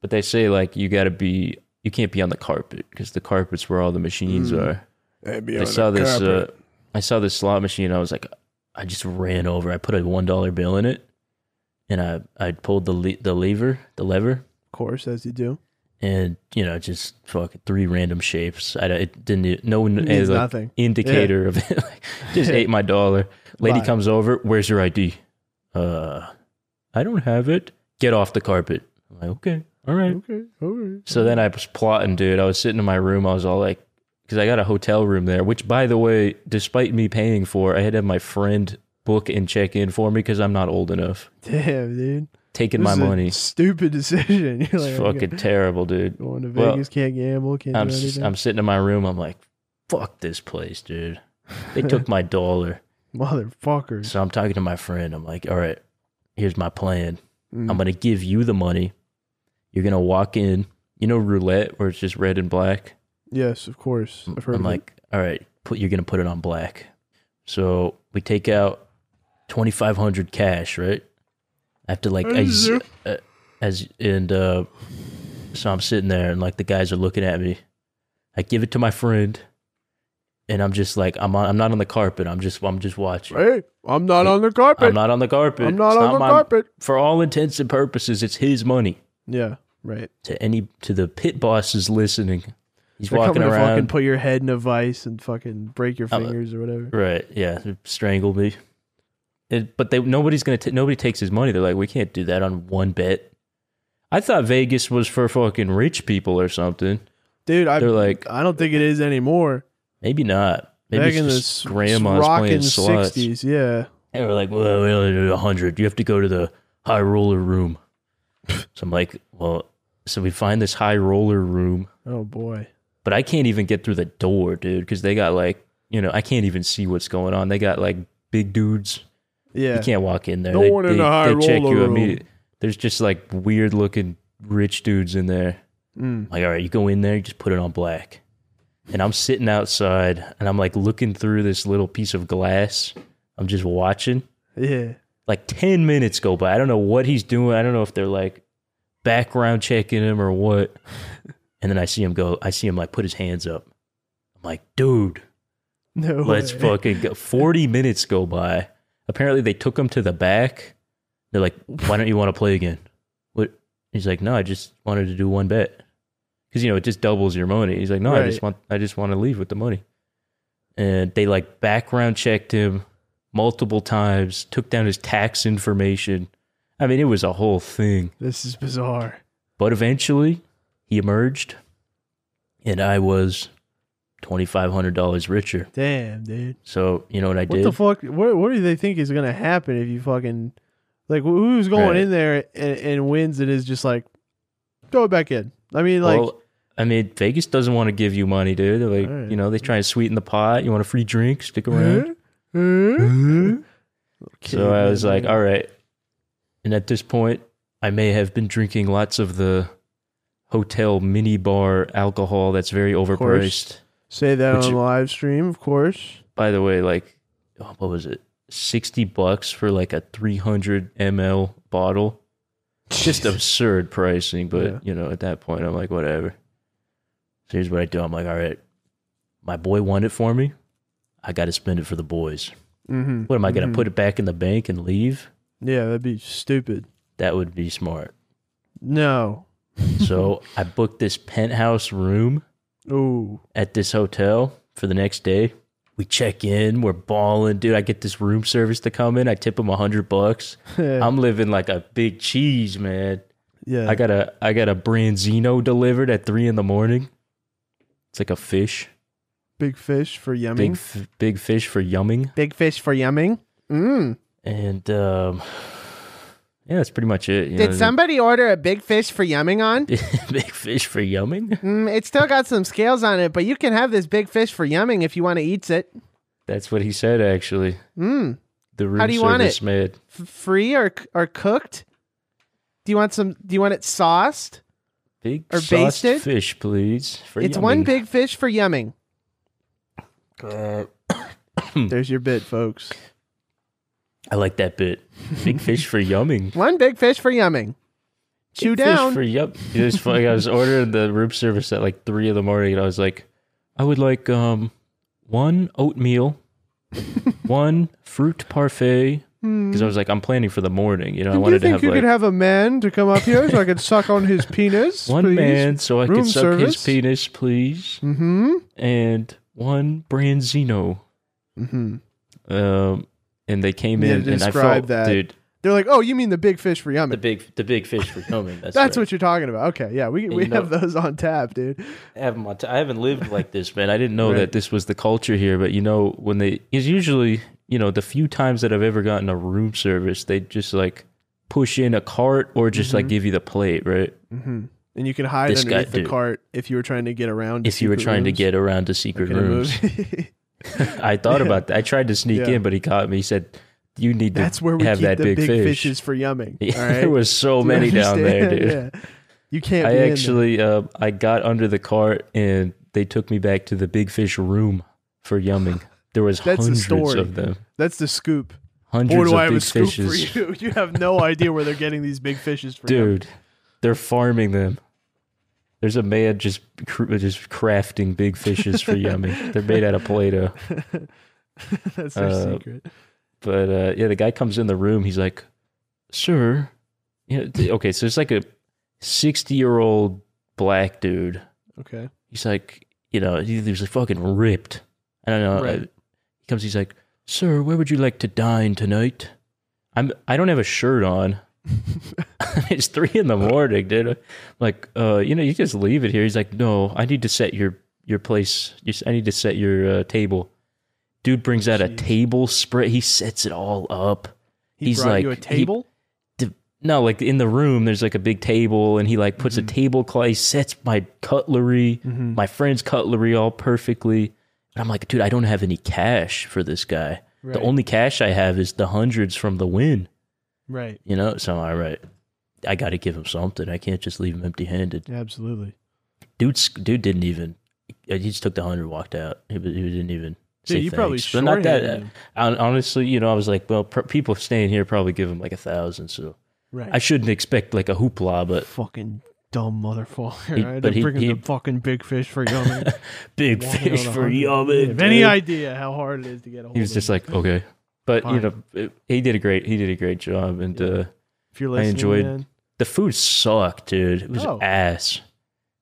Speaker 1: but they say like you got to be. You can't be on the carpet because the carpet's where all the machines
Speaker 2: Mm.
Speaker 1: are.
Speaker 2: I'd be
Speaker 1: I
Speaker 2: on a
Speaker 1: saw this. Uh,
Speaker 2: carpet.
Speaker 1: I saw this slot machine. I was like, I just ran over. I put a one dollar bill in it, and I I pulled the le- the lever, the lever,
Speaker 2: of course, as you do.
Speaker 1: and you know just fucking three random shapes. I don't- it didn't no
Speaker 2: It means
Speaker 1: uh, like,
Speaker 2: nothing.
Speaker 1: indicator of it. Like, just ate my dollar. Lady
Speaker 2: Bye.
Speaker 1: comes over. Where's your ID? Uh, I don't have it. Get off the carpet. I'm like okay. All right.
Speaker 2: Okay. All right.
Speaker 1: So then I was plotting, dude. I was sitting in my room. I was all like, because I got a hotel room there, which, by the way, despite me paying for, I had to have my friend book and check in for me because I'm not old enough.
Speaker 2: Damn, dude.
Speaker 1: Taking
Speaker 2: This
Speaker 1: my
Speaker 2: is a
Speaker 1: money.
Speaker 2: Stupid decision. You're like,
Speaker 1: It's
Speaker 2: I'm go-
Speaker 1: fucking terrible, dude.
Speaker 2: going to
Speaker 1: well,
Speaker 2: Vegas, can't gamble, can't
Speaker 1: I'm
Speaker 2: do
Speaker 1: s-
Speaker 2: anything.
Speaker 1: I'm sitting in my room. I'm like, fuck this place, dude. They took my dollar.
Speaker 2: Motherfuckers.
Speaker 1: So I'm talking to my friend. I'm like, all right, here's my plan.
Speaker 2: Mm.
Speaker 1: I'm gonna give you the money. You're gonna walk in. You know roulette where it's just red and black.
Speaker 2: yes, of course. I've heard
Speaker 1: I'm
Speaker 2: of
Speaker 1: like, all right, put you're gonna put it on black. So we take out twenty five hundred cash, right? I have to like
Speaker 2: Hey,
Speaker 1: ex-
Speaker 2: Zip.
Speaker 1: uh, as and uh, so I'm sitting there and like the guys are looking at me. I give it to my friend, and I'm just like I'm on, I'm not on the carpet. I'm just I'm just watching.
Speaker 2: it. Hey, I'm not on the carpet.
Speaker 1: I'm not on the carpet.
Speaker 2: I'm not
Speaker 1: It's
Speaker 2: on the
Speaker 1: my-
Speaker 2: carpet.
Speaker 1: For all intents and purposes, it's his money.
Speaker 2: Yeah, right.
Speaker 1: To any to the pit bosses listening, he's
Speaker 2: They're
Speaker 1: walking
Speaker 2: coming to fucking
Speaker 1: around.
Speaker 2: put your head in a vice and fucking break your fingers or whatever.
Speaker 1: Right. Yeah. Strangle me. It, but they nobody's gonna ta- nobody takes his money. They're like, we can't do that on one bet. I thought Vegas was for fucking rich people or something.
Speaker 2: Dude, I
Speaker 1: They're like,
Speaker 2: I don't think it is anymore.
Speaker 1: maybe not. Maybe
Speaker 2: Back
Speaker 1: it's
Speaker 2: in the
Speaker 1: just
Speaker 2: s-
Speaker 1: grandma's
Speaker 2: rockin'
Speaker 1: playing slots.
Speaker 2: 60s, yeah.
Speaker 1: They were like, well, we only do a hundred. You have to go to the high roller room. so I'm like, well, so we find this high roller room,
Speaker 2: Oh boy.
Speaker 1: but I can't even get through the door, dude, because they got like, you know, I can't even see what's going on. They got like big dudes
Speaker 2: Yeah.
Speaker 1: You can't walk in there.
Speaker 2: No
Speaker 1: they,
Speaker 2: one in
Speaker 1: they-
Speaker 2: the high
Speaker 1: they check
Speaker 2: roller
Speaker 1: you
Speaker 2: room.
Speaker 1: immediately. There's just like weird looking rich dudes in there.
Speaker 2: Mm.
Speaker 1: Like, all right, you go in there, you just put it on black. And I'm sitting outside and I'm like looking through this little piece of glass. I'm just watching.
Speaker 2: Yeah.
Speaker 1: Like 10 minutes go by. I don't know what he's doing. I don't know if they're like background checking him or what. And then I see him go, I see him like put his hands up. I'm like, dude,
Speaker 2: No.
Speaker 1: Let's
Speaker 2: way.
Speaker 1: fucking go. 40 minutes go by. Apparently, they took him to the back. They're like, why don't you want to play again? What? He's like, no, I just wanted to do one bet. Because, you know, it just doubles your money. He's like, no, I just
Speaker 2: Right.
Speaker 1: want, I just want to leave with the money. And they like background checked him multiple times, took down his tax information. I mean, it was a whole thing.
Speaker 2: This is bizarre.
Speaker 1: But eventually, he emerged, and I was $2,500 richer.
Speaker 2: Damn, dude.
Speaker 1: So, you know what I
Speaker 2: What
Speaker 1: did?
Speaker 2: the fuck? What what do they think is gonna happen if you fucking like wh- who's going
Speaker 1: Right.
Speaker 2: in there and, and wins and is just like throw it back in? I mean, like
Speaker 1: well, I mean, Vegas doesn't want to give you money, dude. They're like,
Speaker 2: Alright.
Speaker 1: you know, they try and sweeten the pot. You want a free drink? Stick around.
Speaker 2: huh? Huh?
Speaker 1: so I was like,
Speaker 2: Caveman,
Speaker 1: all right. And at this point, I may have been drinking lots of the hotel mini bar alcohol that's very overpriced.
Speaker 2: say that
Speaker 1: which-
Speaker 2: on live stream, of course.
Speaker 1: By the way, like, oh, what was it? 60 bucks for like a 300 ml bottle. Just absurd pricing, but
Speaker 2: Yeah.
Speaker 1: you know, at that point, I'm like, whatever. So here's what I do. I'm like, all right, my boy won it for me. I got to spend it for the boys.
Speaker 2: Mm-hmm.
Speaker 1: What am I going to put it back in the bank and leave?
Speaker 2: Yeah, that'd be stupid.
Speaker 1: That would be smart.
Speaker 2: No.
Speaker 1: so I booked this penthouse room
Speaker 2: Ooh.
Speaker 1: at this hotel for the next day. We check in, we're balling, dude. I get this room service to come in. I tip him a hundred bucks.
Speaker 2: yeah.
Speaker 1: I'm living like a big cheese, man. I got a I got a branzino delivered at three in the morning. It's like a fish,
Speaker 2: big fish for yumming.
Speaker 1: big
Speaker 2: Big,
Speaker 3: Mm-hmm.
Speaker 1: f- big fish for yumming,
Speaker 2: fish for yumming. Mm.
Speaker 1: and um, yeah, that's pretty much it. you know,
Speaker 3: Did somebody order a big fish for yumming on?
Speaker 1: big fish for yumming?
Speaker 3: Mm, it's still got some scales on it, but you can have this big fish for yumming if you want to eat it.
Speaker 1: That's what he said actually.
Speaker 3: Mm,
Speaker 1: The room
Speaker 3: How do you want
Speaker 1: service
Speaker 3: it?
Speaker 1: made.
Speaker 3: f- free or c- or cooked? Do you want some? Do you want it sauced?
Speaker 1: Big
Speaker 3: Or
Speaker 1: sauced
Speaker 3: basted?
Speaker 1: fish, please. For
Speaker 3: it's one
Speaker 1: yumming.
Speaker 3: big fish for yumming.
Speaker 1: Hmm.
Speaker 2: There's your bit, folks.
Speaker 1: I like that bit. Big fish for yumming.
Speaker 3: One big fish for yumming. Chew
Speaker 1: Big
Speaker 3: down.
Speaker 1: Fish for yup. It was funny. I was ordering the room service at like three in the morning, and I was like, I would like um one oatmeal, one fruit parfait, because I was like, I'm planning for the morning. You know, I
Speaker 2: Do Hmm. you
Speaker 1: wanted to
Speaker 2: think
Speaker 1: have
Speaker 2: you
Speaker 1: like
Speaker 2: could have a man to come up here so I could suck on his penis?
Speaker 1: one
Speaker 2: please?
Speaker 1: man so I
Speaker 2: Room
Speaker 1: could suck his
Speaker 2: service?
Speaker 1: penis, please,
Speaker 2: Mm-hmm.
Speaker 1: and one branzino.
Speaker 2: Mm-hmm.
Speaker 1: Um, and they came
Speaker 2: You had
Speaker 1: in,
Speaker 2: to
Speaker 1: and I
Speaker 2: Mm-hmm.
Speaker 1: felt,
Speaker 2: describe that.
Speaker 1: dude.
Speaker 2: They're like, "Oh, you mean the big fish for yummy?"
Speaker 1: The big the big fish for coming. That's,
Speaker 2: That's
Speaker 1: right.
Speaker 2: what you're talking about. Okay, yeah, we we
Speaker 1: you know-
Speaker 2: have those on tap, dude.
Speaker 1: I haven't, my t- I haven't lived like this, man. I didn't know
Speaker 2: Right.
Speaker 1: that this was the culture here. But you know, when they is usually, you know, the few times that I've ever gotten a room service, they just like push in a cart or just
Speaker 2: Mm-hmm.
Speaker 1: like give you the plate, right?
Speaker 2: hmm And you can hide
Speaker 1: This guy,
Speaker 2: underneath the
Speaker 1: dude.
Speaker 2: cart if you were trying to get around. to
Speaker 1: If you were
Speaker 2: secret
Speaker 1: trying to
Speaker 2: rooms,
Speaker 1: get around to secret
Speaker 2: like in a
Speaker 1: rooms,
Speaker 2: movie.
Speaker 1: I thought about that. I tried to sneak
Speaker 2: Yeah.
Speaker 1: in, but he caught me. He said, "You need to
Speaker 2: That's where we
Speaker 1: have
Speaker 2: keep
Speaker 1: that
Speaker 2: the
Speaker 1: big,
Speaker 2: big,
Speaker 1: fish."
Speaker 2: fishes for yumming.
Speaker 1: Yeah,
Speaker 2: all right?
Speaker 1: there was so
Speaker 2: Do you
Speaker 1: many down there,
Speaker 2: understand?
Speaker 1: dude.
Speaker 2: Yeah. You can't.
Speaker 1: I
Speaker 2: be in there.
Speaker 1: actually uh, I got under the cart and they took me back to the big fish room for yumming. There was
Speaker 2: That's the
Speaker 1: hundreds
Speaker 2: story.
Speaker 1: of them.
Speaker 2: That's the scoop.
Speaker 1: Hundreds
Speaker 2: Or do
Speaker 1: of
Speaker 2: I have
Speaker 1: big
Speaker 2: a scoop
Speaker 1: fishes.
Speaker 2: for you? You have no idea where they're getting these big fishes from,
Speaker 1: Dude, they're farming them. There's a man just cr- just crafting big fishes for yumming. They're made out of Play-Doh.
Speaker 2: That's their
Speaker 1: Uh,
Speaker 2: secret.
Speaker 1: But uh, yeah, the guy comes in the room. He's like, "Sir, you know, th- okay." So it's like a sixty-year-old black dude.
Speaker 2: Okay.
Speaker 1: He's like, you know, he, he was like fucking ripped. I don't know.
Speaker 2: Right.
Speaker 1: uh, he comes. He's like, "Sir, where would you like to dine tonight?" I'm. I don't have a shirt on. it's three in
Speaker 2: Uh.
Speaker 1: the morning, dude. I'm like, uh, you know, you just leave it here. He's like, "No, I need to set your your place. You s- I need to set your uh, table." Dude brings out a
Speaker 2: Jeez.
Speaker 1: table spread. He sets it all up.
Speaker 2: He
Speaker 1: He's
Speaker 2: brought you a
Speaker 1: like- he-
Speaker 2: table.
Speaker 1: No, like in the room, there's like a big table, and he like puts
Speaker 2: Mhm.
Speaker 1: a tablecloth. He sets my cutlery
Speaker 2: mm-hmm.
Speaker 1: my friend's cutlery all perfectly. And I'm like, dude, I don't have any cash for this guy. The only cash I have is the hundreds from the win,
Speaker 2: right.
Speaker 1: you know? So, all right, I got to give him something. I can't just leave him empty handed.
Speaker 2: Yeah, absolutely.
Speaker 1: Dude, dude didn't even, uh, he just took the hundred, walked out. He, was- he didn't even.
Speaker 2: Dude,
Speaker 1: say
Speaker 2: you probably
Speaker 1: thanks. But not that. uh,
Speaker 2: shorthanded him.
Speaker 1: hon- honestly, you know, I was like, well, pr- people staying here probably give him like a thousand, so
Speaker 2: Right.
Speaker 1: I shouldn't expect like a hoopla, but
Speaker 2: fucking dumb motherfucker.
Speaker 1: He-
Speaker 2: I had to
Speaker 1: but he-
Speaker 2: bring him
Speaker 1: he-
Speaker 2: the fucking big fish for yummy.
Speaker 1: big
Speaker 2: Walking out
Speaker 1: fish
Speaker 2: a
Speaker 1: for
Speaker 2: hundred.
Speaker 1: yummy.
Speaker 2: Have any
Speaker 1: dude.
Speaker 2: idea how hard it is to get a hold
Speaker 1: he was
Speaker 2: of
Speaker 1: just
Speaker 2: him?
Speaker 1: like okay but
Speaker 2: Fine.
Speaker 1: you know it- he did a great he did a great job and
Speaker 2: Yeah.
Speaker 1: uh
Speaker 2: if you're
Speaker 1: I
Speaker 2: listening,
Speaker 1: enjoyed-
Speaker 2: man.
Speaker 1: the food sucked dude it was
Speaker 2: Oh.
Speaker 1: ass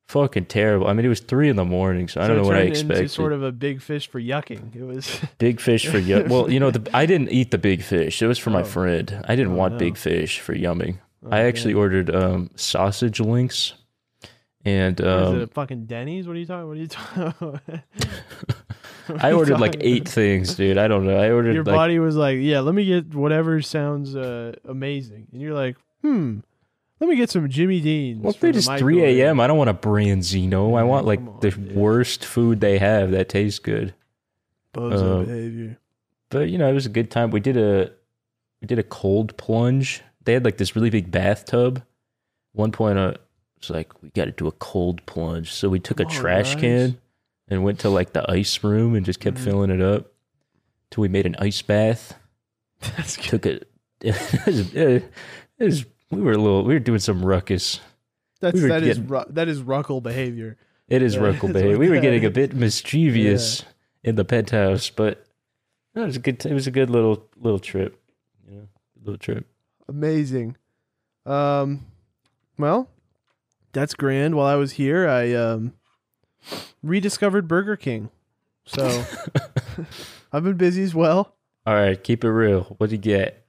Speaker 1: fucking terrible i mean it was three in the morning so i don't
Speaker 2: So it
Speaker 1: know what i
Speaker 2: turned Into
Speaker 1: expected
Speaker 2: sort of a big fish for yucking. It was
Speaker 1: big fish for yum well you know the, i didn't eat the big fish it was for my
Speaker 2: Oh.
Speaker 1: friend i didn't
Speaker 2: Oh,
Speaker 1: want
Speaker 2: no.
Speaker 1: big fish for yumming
Speaker 2: Oh,
Speaker 1: i actually
Speaker 2: man.
Speaker 1: ordered um sausage links and
Speaker 2: What is
Speaker 1: um,
Speaker 2: it a fucking Denny's? What are you talking? What are you talking?
Speaker 1: i ordered like eight things dude i don't know i ordered
Speaker 2: Your
Speaker 1: like
Speaker 2: body was like, yeah, let me get whatever sounds uh, amazing, and you're like, hmm, let me get some Jimmy Dean's.
Speaker 1: Well, if
Speaker 2: from
Speaker 1: they
Speaker 2: the
Speaker 1: just 3
Speaker 2: microwave."
Speaker 1: a.m., I don't want a branzino. I
Speaker 2: Yeah,
Speaker 1: want
Speaker 2: come on,
Speaker 1: like the
Speaker 2: dude.
Speaker 1: worst food they have that tastes good.
Speaker 2: Bozo
Speaker 1: uh,
Speaker 2: behavior.
Speaker 1: But you know, it was a good time. We did a we did a cold plunge. They had like this really big bathtub. One point, uh, it's like we got to do a cold plunge. So we took a
Speaker 2: Oh,
Speaker 1: trash
Speaker 2: nice.
Speaker 1: can and went to like the ice room and just kept
Speaker 2: Mhm.
Speaker 1: filling it up till we made an ice bath.
Speaker 2: That's good.
Speaker 1: Took it. It was, it was, we were a little. We were doing some ruckus.
Speaker 2: That's
Speaker 1: we were
Speaker 2: that is
Speaker 1: getting-
Speaker 2: ru- that is ruckle behavior.
Speaker 1: It is
Speaker 2: Yeah,
Speaker 1: Ruckle
Speaker 2: that's
Speaker 1: Bay.
Speaker 2: what
Speaker 1: We were
Speaker 2: that
Speaker 1: getting a
Speaker 2: is.
Speaker 1: bit mischievous in the penthouse, but no, it was a good. It was a good little little trip. You know, little trip.
Speaker 2: Amazing. Um, well, that's grand. While I was here, I um, rediscovered Burger King. So I've been busy as well.
Speaker 1: All right, keep it real. What'd you get?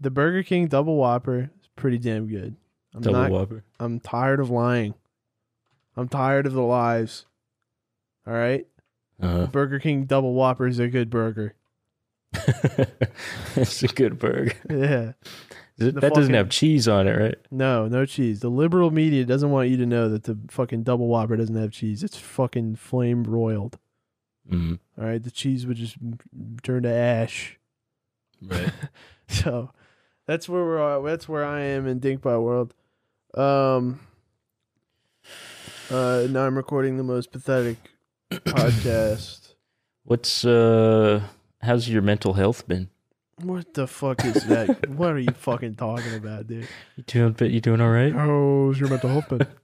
Speaker 2: The Burger King double whopper is pretty damn good. I'm
Speaker 1: Double
Speaker 2: not.
Speaker 1: Whopper.
Speaker 2: I'm tired of lying. I'm tired of the lies. All right,
Speaker 1: Uh-huh.
Speaker 2: Burger King double whopper is a good burger.
Speaker 1: it's a good burger.
Speaker 2: Yeah.
Speaker 1: That
Speaker 2: The
Speaker 1: doesn't
Speaker 2: fucking-
Speaker 1: have cheese on it, right?
Speaker 2: No, no cheese. The liberal media doesn't want you to know that the fucking double whopper doesn't have cheese. It's fucking flame broiled.
Speaker 1: Mm,
Speaker 2: All right, the cheese would just turn to ash.
Speaker 1: right.
Speaker 2: So that's where we're. At. That's where I am in Dinkbot world. Um. Uh, now I'm recording the most pathetic podcast.
Speaker 1: What's uh? How's your mental health been?
Speaker 2: What the fuck is that? what are you fucking talking about, dude?
Speaker 1: You doing? You doing all right?
Speaker 2: How's your mental health been?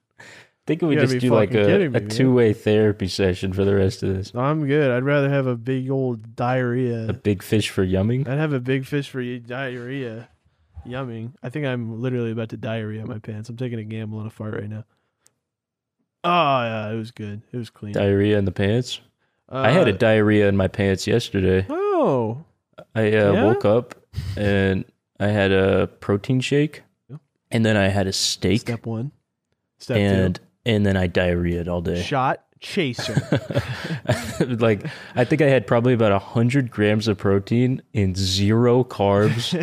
Speaker 1: Think we
Speaker 2: gotta
Speaker 1: just
Speaker 2: be
Speaker 1: do like
Speaker 2: fucking
Speaker 1: a,
Speaker 2: kidding me,
Speaker 1: a
Speaker 2: man.
Speaker 1: two way therapy session for the rest of this.
Speaker 2: I'm good. I'd rather have a big old diarrhea.
Speaker 1: A big fish for yumming.
Speaker 2: I'd have a big fish for you, diarrhea. Yumming. I think I'm literally about to diarrhea my pants. I'm taking a gamble on a fart right now. Oh yeah, it was good. It was clean.
Speaker 1: Diarrhea in the pants. I had a
Speaker 2: Uh,
Speaker 1: diarrhea in my pants yesterday.
Speaker 2: oh,
Speaker 1: I uh,
Speaker 2: Yeah?
Speaker 1: woke up and I had a protein shake,
Speaker 2: Yeah.
Speaker 1: and then I had a steak,
Speaker 2: Step one. Step
Speaker 1: and and then I diarrheaed all
Speaker 2: two.
Speaker 1: day.
Speaker 2: Shot chaser.
Speaker 1: like I think I had probably about hundred grams of protein and zero carbs,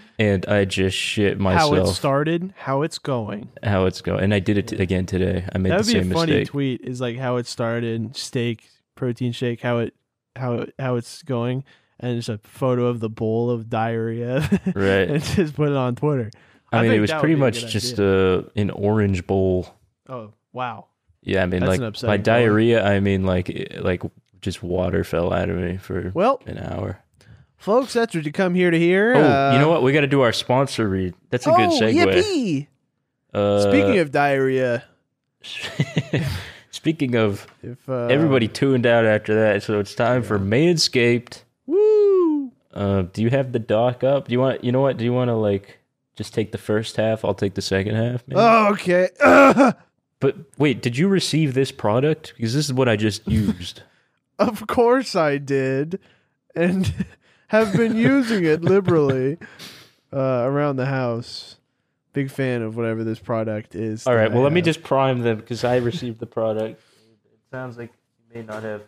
Speaker 1: and I just shit
Speaker 2: how it
Speaker 1: myself.
Speaker 2: started, how it's going.
Speaker 1: how it's going, and I did it t- again today. I made
Speaker 2: That
Speaker 1: the
Speaker 2: would be a
Speaker 1: same
Speaker 2: funny
Speaker 1: mistake.
Speaker 2: tweet. Is like how it started, steak, protein shake, how it, how it, how it's going, and just a photo of the bowl of diarrhea,
Speaker 1: Right.
Speaker 2: and just put it on Twitter.
Speaker 1: I,
Speaker 2: I
Speaker 1: mean, it
Speaker 2: think
Speaker 1: was
Speaker 2: that would
Speaker 1: pretty
Speaker 2: be a
Speaker 1: much
Speaker 2: good
Speaker 1: just uh, an orange bowl.
Speaker 2: Oh wow,
Speaker 1: Yeah, I mean,
Speaker 2: That's an
Speaker 1: like
Speaker 2: upsetting
Speaker 1: by
Speaker 2: color.
Speaker 1: diarrhea, I mean like it- like just water fell out of me for
Speaker 2: Well-
Speaker 1: an hour.
Speaker 2: folks. That's what you come here to hear. Uh,
Speaker 1: Oh, you know what? We got to do our sponsor read. That's a good
Speaker 2: oh,
Speaker 1: segue.
Speaker 2: yippee!
Speaker 1: Uh,
Speaker 2: Speaking of diarrhea,
Speaker 1: of, speaking of,
Speaker 2: if uh,
Speaker 1: everybody tuned out after that, so it's time for Manscaped.
Speaker 2: woo,
Speaker 1: Uh, do you have the doc up? Do you want? You know what? Do you want to like just take the first half? I'll take the second half. maybe?
Speaker 2: oh, okay. Uh,
Speaker 1: but wait, did you receive this product? Because this is what I just used.
Speaker 2: Of course I did, and have been using it liberally uh, around the house. Big fan of whatever this product is.
Speaker 1: All
Speaker 2: that
Speaker 1: right.
Speaker 2: I
Speaker 1: Well, let me
Speaker 2: have.
Speaker 1: just prime them because I received the product. It sounds like you may not have.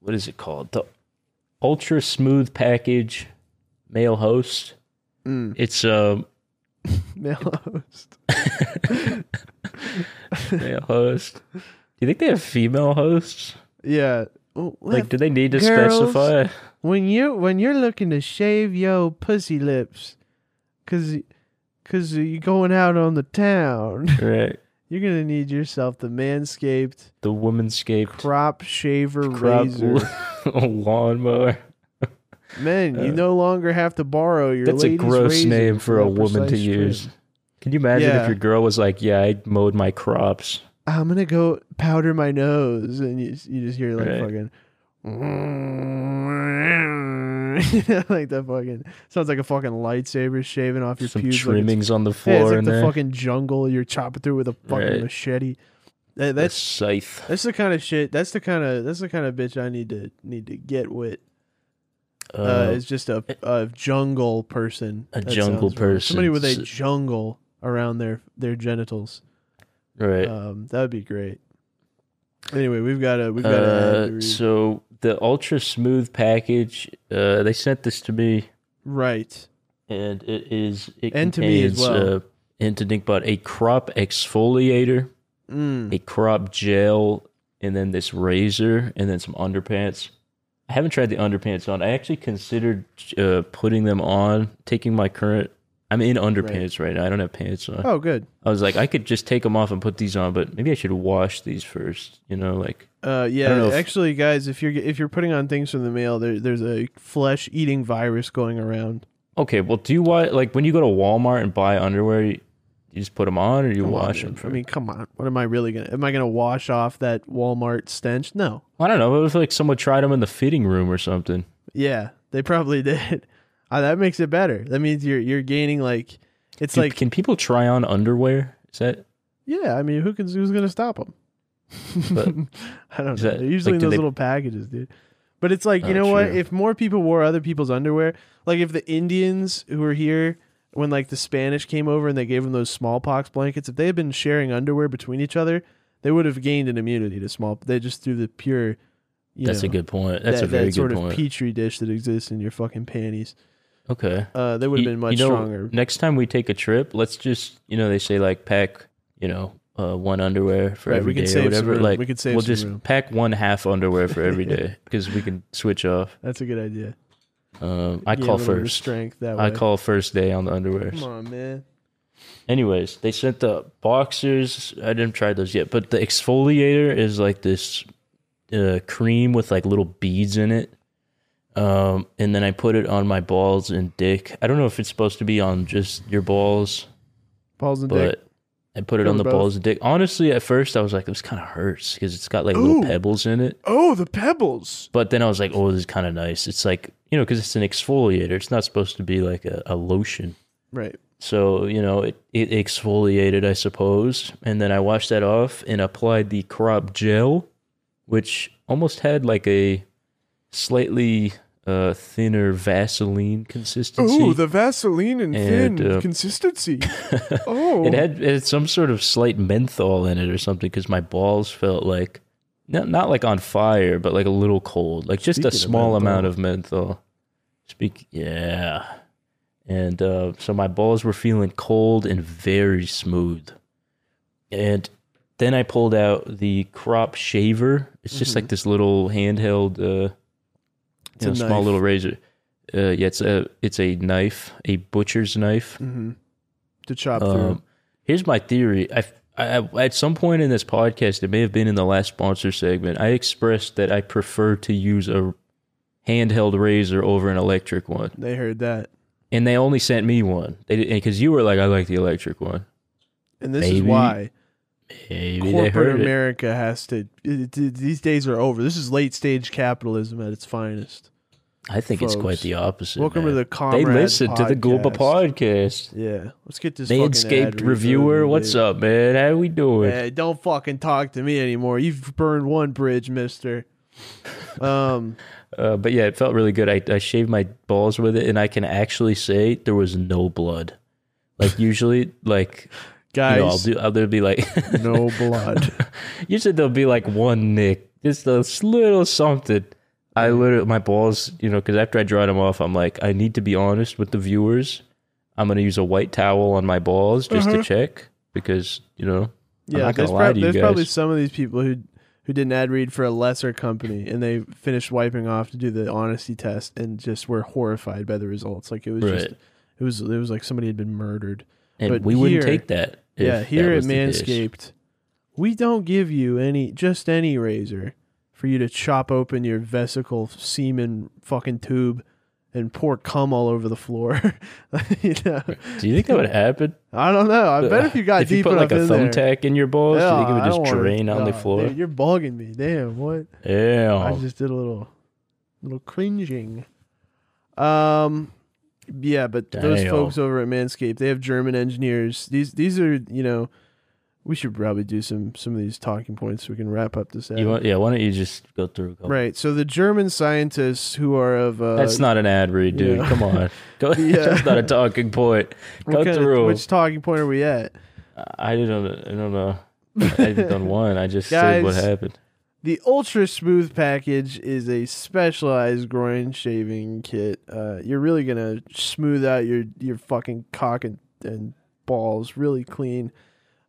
Speaker 1: What is it called? The Ultra Smooth Package Mail Host.
Speaker 2: Mm.
Speaker 1: It's um
Speaker 2: mail host.
Speaker 1: male host. Do you think they have female hosts?
Speaker 2: Yeah. Oh, what
Speaker 1: Like, do they need to
Speaker 2: Girls.
Speaker 1: specify?
Speaker 2: when you when you're looking to shave yo pussy lips, cause y- cause you going out on the town,
Speaker 1: Right.
Speaker 2: you're gonna need yourself the manscaped
Speaker 1: The womanscaped
Speaker 2: crop shaver
Speaker 1: crop
Speaker 2: razor.
Speaker 1: lawnmower.
Speaker 2: Men, you no longer have to borrow your.
Speaker 1: That's a
Speaker 2: lady's
Speaker 1: gross
Speaker 2: razor
Speaker 1: name for a
Speaker 2: a
Speaker 1: woman to
Speaker 2: precise trim.
Speaker 1: use. Can you imagine
Speaker 2: Yeah.
Speaker 1: if your girl was like, "Yeah, I mowed my crops."
Speaker 2: I'm gonna go powder my nose, and you you just hear like
Speaker 1: Right.
Speaker 2: fucking. like that fucking sounds like a fucking lightsaber shaving off your
Speaker 1: Some
Speaker 2: pubes. like it's-
Speaker 1: trimmings on the floor
Speaker 2: yeah, it's like
Speaker 1: in
Speaker 2: the
Speaker 1: there.
Speaker 2: fucking jungle you're chopping through with a fucking
Speaker 1: Right.
Speaker 2: machete. That,
Speaker 1: That's
Speaker 2: that's
Speaker 1: scythe.
Speaker 2: that's the kind of shit. That's the kind of that's the kind of bitch I need to need to get with.
Speaker 1: Uh, eh.
Speaker 2: Uh, is just a, a jungle person,
Speaker 1: a
Speaker 2: That
Speaker 1: jungle
Speaker 2: sounds wrong. somebody
Speaker 1: person.
Speaker 2: with a
Speaker 1: S-
Speaker 2: jungle around their their genitals.
Speaker 1: right.
Speaker 2: Um, that would be great. Anyway, we've got a we've got a
Speaker 1: Uh, so the ultra smooth package, uh, they sent this to me,
Speaker 2: right.
Speaker 1: and it is it
Speaker 2: And to me as
Speaker 1: contains,
Speaker 2: well.
Speaker 1: uh, and to think about a crop exfoliator,
Speaker 2: Mm.
Speaker 1: a crop gel, and then this razor, and then some underpants. I haven't tried the underpants on. I actually considered uh, putting them on, taking my current. I'm in underpants right, now. I don't have pants on.
Speaker 2: Oh, good.
Speaker 1: I was like, I could just take them off and put these on, but maybe I should wash these first. You know, like
Speaker 2: Uh,
Speaker 1: I don't
Speaker 2: yeah.
Speaker 1: know if-
Speaker 2: actually, guys, if you're if you're putting on things from the mail, there, there's a flesh eating virus going around.
Speaker 1: Okay, well, do you want like when you go to Walmart and buy underwear, you you just put them on or you wash them?
Speaker 2: I mean, come on. What am I really gonna? Am I gonna wash off that Walmart stench? No.
Speaker 1: I don't know. It was like someone tried them in the fitting room or something.
Speaker 2: Yeah, they probably did. Uh, that makes it better. That means you're you're gaining like it's
Speaker 1: Dude,
Speaker 2: like
Speaker 1: can people try on underwear? Is that
Speaker 2: yeah. I mean, who can who's gonna stop them?
Speaker 1: but
Speaker 2: I don't
Speaker 1: Is
Speaker 2: know.
Speaker 1: that-
Speaker 2: They're usually
Speaker 1: like,
Speaker 2: in
Speaker 1: do
Speaker 2: those
Speaker 1: they-
Speaker 2: little packages, dude. But it's like, you
Speaker 1: Oh,
Speaker 2: know what?
Speaker 1: true.
Speaker 2: If more people wore other people's underwear, like if the Indians who were here when like the Spanish came over and they gave them those smallpox blankets, if they had been sharing underwear between each other, they would have gained an immunity to small. They just through the pure. You
Speaker 1: that's
Speaker 2: know,
Speaker 1: a good point. That's
Speaker 2: that,
Speaker 1: a very
Speaker 2: that sort
Speaker 1: good
Speaker 2: of
Speaker 1: point.
Speaker 2: petri dish that exists in your fucking panties.
Speaker 1: okay,
Speaker 2: Uh, they would have
Speaker 1: You-
Speaker 2: been much
Speaker 1: you know,
Speaker 2: stronger.
Speaker 1: Next time we take a trip, let's just you know they say like pack you know uh, one underwear for
Speaker 2: Right, we
Speaker 1: every day
Speaker 2: can save
Speaker 1: or
Speaker 2: some
Speaker 1: whatever.
Speaker 2: room.
Speaker 1: Like
Speaker 2: We can save
Speaker 1: we'll
Speaker 2: some
Speaker 1: just
Speaker 2: room.
Speaker 1: pack one half underwear for every day because we can switch off.
Speaker 2: That's a good idea.
Speaker 1: Um, I
Speaker 2: Gain a
Speaker 1: call
Speaker 2: little bit of
Speaker 1: first.
Speaker 2: strength that way.
Speaker 1: I call first day on the underwear.
Speaker 2: Come on, man.
Speaker 1: Anyways, they sent the boxers. I didn't try those yet, but the exfoliator is like this uh, cream with like little beads in it. Um, and then I put it on my balls and dick. I don't know if it's supposed to be on just your balls,
Speaker 2: Balls and dick.
Speaker 1: but I put it
Speaker 2: Go
Speaker 1: on the
Speaker 2: both.
Speaker 1: balls and dick. Honestly, at first I was like, this kind of hurts because it's got like little
Speaker 2: Ooh.
Speaker 1: pebbles in it.
Speaker 2: Oh, the pebbles.
Speaker 1: But then I was like, oh, this is kind of nice. It's like, you know, because it's an exfoliator, it's not supposed to be like a, a lotion.
Speaker 2: Right.
Speaker 1: So, you know, it, it exfoliated, I suppose. And then I washed that off and applied the crop gel, which almost had like a slightly uh, thinner Vaseline consistency.
Speaker 2: Ooh, the Vaseline and,
Speaker 1: And,
Speaker 2: thin
Speaker 1: uh,
Speaker 2: consistency. oh,
Speaker 1: It had it had some sort of slight menthol in it or something because my balls felt like not not like on fire, but like a little cold, like just
Speaker 2: Speaking
Speaker 1: a
Speaker 2: of
Speaker 1: small
Speaker 2: menthol.
Speaker 1: amount of menthol. Speak, yeah. And uh, so my balls were feeling cold and very smooth. And then I pulled out the crop shaver. It's just like this little handheld, uh,
Speaker 2: Mm-hmm. It's
Speaker 1: you know,
Speaker 2: a
Speaker 1: small
Speaker 2: knife.
Speaker 1: little razor. Uh, yeah, it's a it's a knife, a butcher's knife.
Speaker 2: Mhm. to chop through.
Speaker 1: Um, here's my theory. I, I, at some point in this podcast, it may have been in the last sponsor segment, I expressed that I prefer to use a handheld razor over an electric one,
Speaker 2: They heard that,
Speaker 1: and they only sent me one. They because you were like, I like the electric one.
Speaker 2: and this is
Speaker 1: Maybe
Speaker 2: why
Speaker 1: Maybe they
Speaker 2: corporate
Speaker 1: heard it.
Speaker 2: America has to. It, it- these days are over. This is late stage capitalism at its finest.
Speaker 1: I think it's quite
Speaker 2: folks.
Speaker 1: the opposite.
Speaker 2: Welcome to
Speaker 1: man.
Speaker 2: the
Speaker 1: They
Speaker 2: Comrade
Speaker 1: listened to the Gulba
Speaker 2: podcast.
Speaker 1: podcast.
Speaker 2: Yeah, let's get this.
Speaker 1: They
Speaker 2: fucking
Speaker 1: escaped
Speaker 2: ad
Speaker 1: reviewer.
Speaker 2: reloaded,
Speaker 1: What's
Speaker 2: dude.
Speaker 1: up, man? How we doing?
Speaker 2: Hey, don't fucking talk to me anymore. You've burned one bridge, Mister. Um,
Speaker 1: Uh, but yeah, it felt really good. I, I shaved my balls with it, and I can actually say there was no blood. Like usually, like you know, I'll
Speaker 2: guys,
Speaker 1: do. I'll, there'll be like
Speaker 2: no blood.
Speaker 1: usually there'll be like one nick, just a little something. I
Speaker 2: Mm.
Speaker 1: literally my balls, you know, because after I dried them off, I'm like, I need to be honest with the viewers. I'm gonna use a white towel on my balls just
Speaker 2: Uh-huh.
Speaker 1: to check because you know I'm
Speaker 2: Yeah,
Speaker 1: not gonna
Speaker 2: there's,
Speaker 1: lie
Speaker 2: prob-
Speaker 1: to you
Speaker 2: there's
Speaker 1: guys.
Speaker 2: probably some of these people who who didn't ad read for a lesser company and they finished wiping off to do the honesty test and just were horrified by the results. Like it was just
Speaker 1: Right.
Speaker 2: it was it was like somebody had been murdered.
Speaker 1: and
Speaker 2: but
Speaker 1: we wouldn't
Speaker 2: here-
Speaker 1: take that. if
Speaker 2: yeah,
Speaker 1: that
Speaker 2: here at
Speaker 1: was the case.
Speaker 2: Manscaped, we don't give you any just any razor for you to chop open your vesicle semen fucking tube and pour cum all over the floor. you know?
Speaker 1: Do you think that would happen?
Speaker 2: I don't know. I bet if you got
Speaker 1: if
Speaker 2: deep
Speaker 1: you put
Speaker 2: enough
Speaker 1: like a
Speaker 2: in there,
Speaker 1: thumbtack in your balls, do you think it
Speaker 2: Yeah,
Speaker 1: would
Speaker 2: I
Speaker 1: just
Speaker 2: don't wanna-
Speaker 1: drain on the
Speaker 2: nah,
Speaker 1: floor? Oh.
Speaker 2: dude, you're bugging me. Damn, what? I
Speaker 1: Yeah.
Speaker 2: just did a little, little cringing. Um, yeah, but those
Speaker 1: Damn.
Speaker 2: folks over at Manscaped, they have German engineers. These these are you know, we should probably do some some of these talking points so we can wrap up this. Ad.
Speaker 1: You want, yeah, why don't you just go through? a couple?
Speaker 2: uh, right. So the German scientists who are of uh,
Speaker 1: That's not an ad read, dude.
Speaker 2: yeah.
Speaker 1: Come on. Go,
Speaker 2: Yeah.
Speaker 1: That's not a talking point. Go
Speaker 2: what kind of-
Speaker 1: through.
Speaker 2: which talking point are we at?
Speaker 1: I don't. I don't know. I haven't done one. I just said what
Speaker 2: Guys.
Speaker 1: happened.
Speaker 2: The Ultra Smooth Package is a specialized groin shaving kit. Uh, you're really gonna smooth out your your fucking cock and, and balls really clean.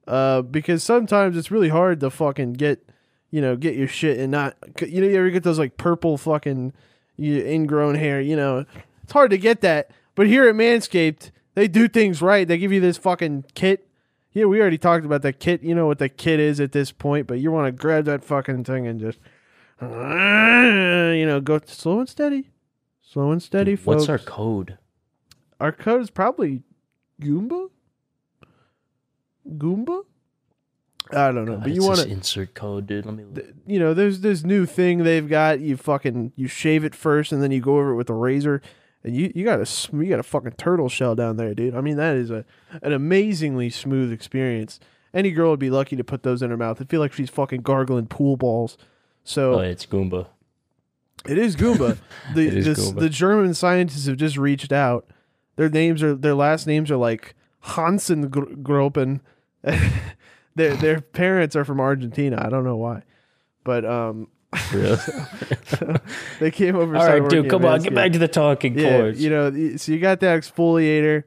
Speaker 2: Uh, because sometimes it's really hard to fucking get you know get your shit and not you know you ever get those like purple fucking you, ingrown hair. You know it's hard to get that. But here at Manscaped, they do things right. They give you this fucking kit yeah, we already talked about the kit. You know what the kit is at this point, but you want to grab that fucking thing and just, you know, go slow and steady, slow and steady.
Speaker 1: What's
Speaker 2: folks.
Speaker 1: our code?
Speaker 2: our code is probably Goomba. Goomba. I don't know,
Speaker 1: God,
Speaker 2: but you
Speaker 1: it's
Speaker 2: want
Speaker 1: this
Speaker 2: to,
Speaker 1: insert code, dude? Let me. Look.
Speaker 2: you know, there's this new thing they've got. You fucking you shave it first, and then you go over it with a razor, and you you got a sm- you got a fucking turtle shell down there, dude. I mean, that is a an amazingly smooth experience. Any girl would be lucky to put those in her mouth. I feel like she's fucking gargling pool balls. So
Speaker 1: Oh, it's Goomba.
Speaker 2: it is Goomba. The
Speaker 1: It is
Speaker 2: this,
Speaker 1: Goomba.
Speaker 2: the German scientists have just reached out. Their names are their last names are like Hansen Gr- Gropen. their their parents are from Argentina. I don't know why, but um,
Speaker 1: Really?
Speaker 2: they came over. and
Speaker 1: All
Speaker 2: started
Speaker 1: right, dude.
Speaker 2: working
Speaker 1: Come
Speaker 2: at
Speaker 1: on. Get
Speaker 2: Manscaped.
Speaker 1: back to the talking
Speaker 2: Yeah,
Speaker 1: point.
Speaker 2: you know, y- so you got that exfoliator.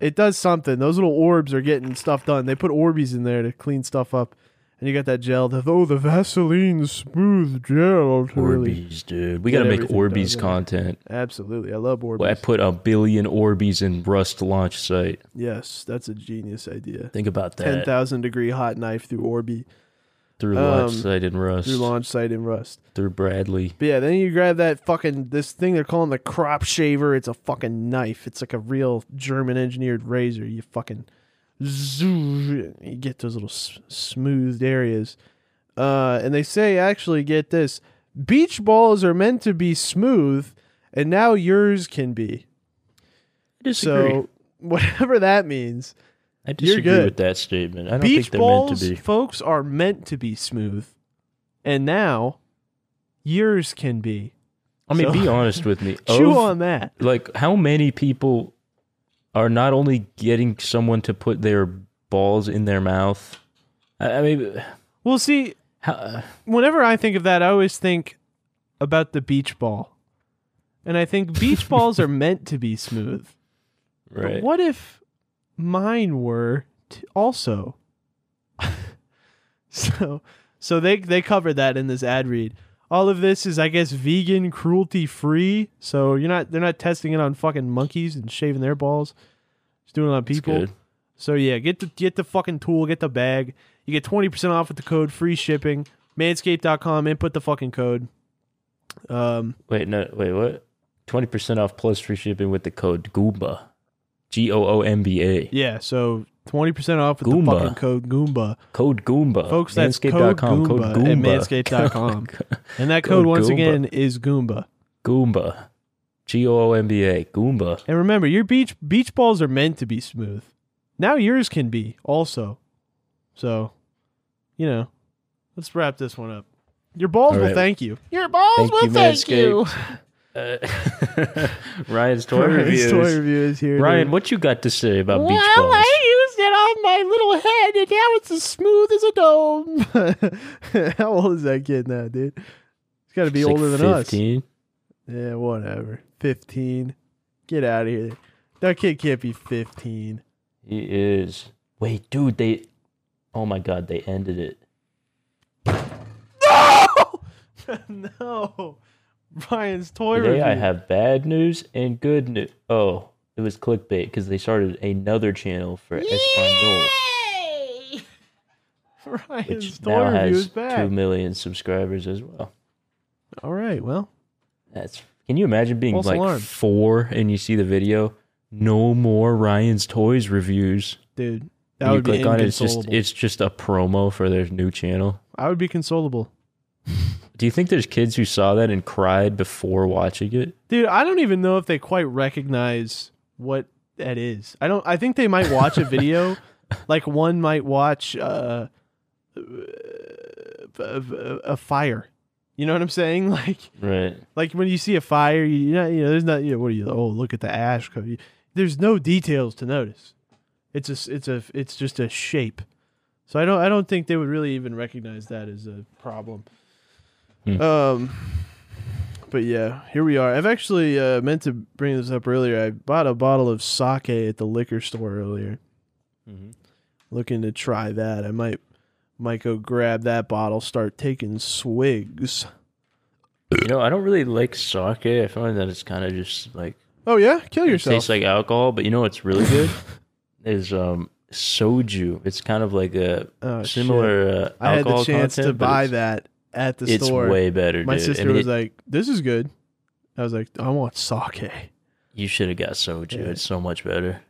Speaker 2: It does something. Those little orbs are getting stuff done. They put Orbeez in there to clean stuff up, and you got that gel. The, oh, the Vaseline smooth gel. to really-
Speaker 1: Orbeez, dude. We
Speaker 2: Get
Speaker 1: gotta make
Speaker 2: everything
Speaker 1: Orbeez
Speaker 2: done, yeah.
Speaker 1: content.
Speaker 2: Absolutely, I love Orbeez.
Speaker 1: Well, I put a billion Orbeez in Rust launch site.
Speaker 2: Yes, that's a genius idea.
Speaker 1: Think about that.
Speaker 2: Ten thousand degree hot knife through Orbi
Speaker 1: through
Speaker 2: um,
Speaker 1: launch site in Rust.
Speaker 2: through launch site in Rust.
Speaker 1: through Bradley.
Speaker 2: But yeah, then you grab that fucking this thing they're calling the crop shaver. It's a fucking knife. It's like a real German engineered razor. You fucking zoo, you get those little s- smoothed areas. Uh, and they say actually get this beach balls are meant to be smooth, and now yours can be.
Speaker 1: disagree.
Speaker 2: So whatever that means.
Speaker 1: I disagree
Speaker 2: good.
Speaker 1: with that statement. I don't
Speaker 2: Beach
Speaker 1: think they're meant
Speaker 2: balls,
Speaker 1: to be.
Speaker 2: folks, are meant to be smooth, and now yours can be.
Speaker 1: I mean,
Speaker 2: So-
Speaker 1: be honest with me.
Speaker 3: Chew
Speaker 1: Of-
Speaker 3: on that.
Speaker 1: like how many people are not only getting someone to put their balls in their mouth i, I mean
Speaker 3: Well, see,
Speaker 1: how, uh,
Speaker 3: whenever I think of that, I always think about the beach ball. And I think beach balls are meant to be smooth.
Speaker 1: right
Speaker 3: But what if mine were t- also? so, so they they covered that in this ad read. All of this is, I guess, vegan, cruelty free. So you're not they're not testing it on fucking monkeys and shaving their balls. It's doing it on
Speaker 1: That's
Speaker 3: people.
Speaker 1: good.
Speaker 3: So yeah, get the get the fucking tool, get the bag. You get twenty percent off with the code free shipping. Manscaped.com. Input the fucking code. Um,
Speaker 1: wait no wait what 20% off plus free shipping with the code goomba g-o-o-m-b-a
Speaker 3: yeah. So twenty percent off with the
Speaker 1: Goomba.
Speaker 3: fucking code Goomba.
Speaker 1: code goomba
Speaker 3: Folks, that's code
Speaker 1: Manscaped.com,
Speaker 3: Goomba at manscaped.com. And that
Speaker 1: Code
Speaker 3: code, once
Speaker 1: Goomba.
Speaker 3: again, is Goomba.
Speaker 1: goomba g-o-o-m-b-a goomba
Speaker 3: And remember, your beach beach balls are meant to be smooth. Now yours can be also. So, you know, let's wrap this one up. Your balls
Speaker 1: All
Speaker 3: will
Speaker 1: right.
Speaker 3: thank you.
Speaker 4: Your balls
Speaker 1: Thank
Speaker 4: will
Speaker 1: you,
Speaker 4: thank you.
Speaker 1: Uh, ryan's toy
Speaker 2: Ryan's
Speaker 1: reviews
Speaker 2: toy review is here.
Speaker 1: ryan what you got to say about
Speaker 4: Well,
Speaker 1: beach balls
Speaker 4: I used it on my little head, and now it's as smooth as a dome.
Speaker 2: dude. How old is that kid now, dude? He's got to be
Speaker 1: It's like
Speaker 2: older than us.
Speaker 1: 15?
Speaker 2: Yeah, whatever. 15. Get out of here. That kid can't be 15.
Speaker 1: He is. Wait, dude, they. Oh my god, they ended it.
Speaker 3: no, Ryan's toy
Speaker 1: Today
Speaker 3: review.
Speaker 1: I have bad news and good news. Oh, it was clickbait because they started another channel for Espanol,
Speaker 4: Yay!
Speaker 3: Ryan's
Speaker 1: which
Speaker 3: toy
Speaker 1: now
Speaker 3: review is
Speaker 1: has
Speaker 3: back.
Speaker 1: two million subscribers as well.
Speaker 2: All right, well.
Speaker 1: That's. Can you imagine being
Speaker 3: False
Speaker 1: like
Speaker 3: alarm.
Speaker 1: four and you see the video? No more Ryan's Toys reviews.
Speaker 3: Dude,
Speaker 1: And
Speaker 3: that
Speaker 1: you
Speaker 3: would be
Speaker 1: click on it, it's just
Speaker 3: inconsolable.
Speaker 1: it's just a promo for their new channel.
Speaker 3: I would be consolable.
Speaker 1: Do you think there's kids who saw that and cried before watching it?
Speaker 3: Dude, I don't even know if they quite recognize what that is. I don't I think they might watch a video like one might watch uh a, a fire. You know what I'm saying? Like
Speaker 1: Right.
Speaker 3: like when you see a fire, you you know, you know there's not you know, what are you oh, look at the ash cover. You- There's no details to notice. It's a s- it's a it's just a shape. So I don't I don't think they would really even recognize that as a problem.
Speaker 1: Hmm.
Speaker 2: Um, but yeah, here we are. I've actually uh, meant to bring this up earlier. I bought a bottle of sake at the liquor store earlier.
Speaker 1: Mhm.
Speaker 2: Looking to try that. I might might go grab that bottle, start taking swigs.
Speaker 1: You know, I don't really like sake. I find that it's kind of just like
Speaker 2: Oh yeah, kill
Speaker 1: it
Speaker 2: yourself.
Speaker 1: tastes like alcohol. But you know what's really good is um soju. It's kind of like a
Speaker 2: Oh, shit.
Speaker 1: similar uh, alcohol
Speaker 2: I had the chance
Speaker 1: content,
Speaker 2: to
Speaker 1: but
Speaker 2: buy
Speaker 1: it's,
Speaker 2: that at the
Speaker 1: it's
Speaker 2: store.
Speaker 1: way better.
Speaker 2: My
Speaker 1: dude.
Speaker 2: sister
Speaker 1: I mean,
Speaker 2: was
Speaker 1: it-
Speaker 2: like, "This is good." I was like, "I want sake."
Speaker 1: "You should have got soju.
Speaker 2: Yeah.
Speaker 1: It's so much better."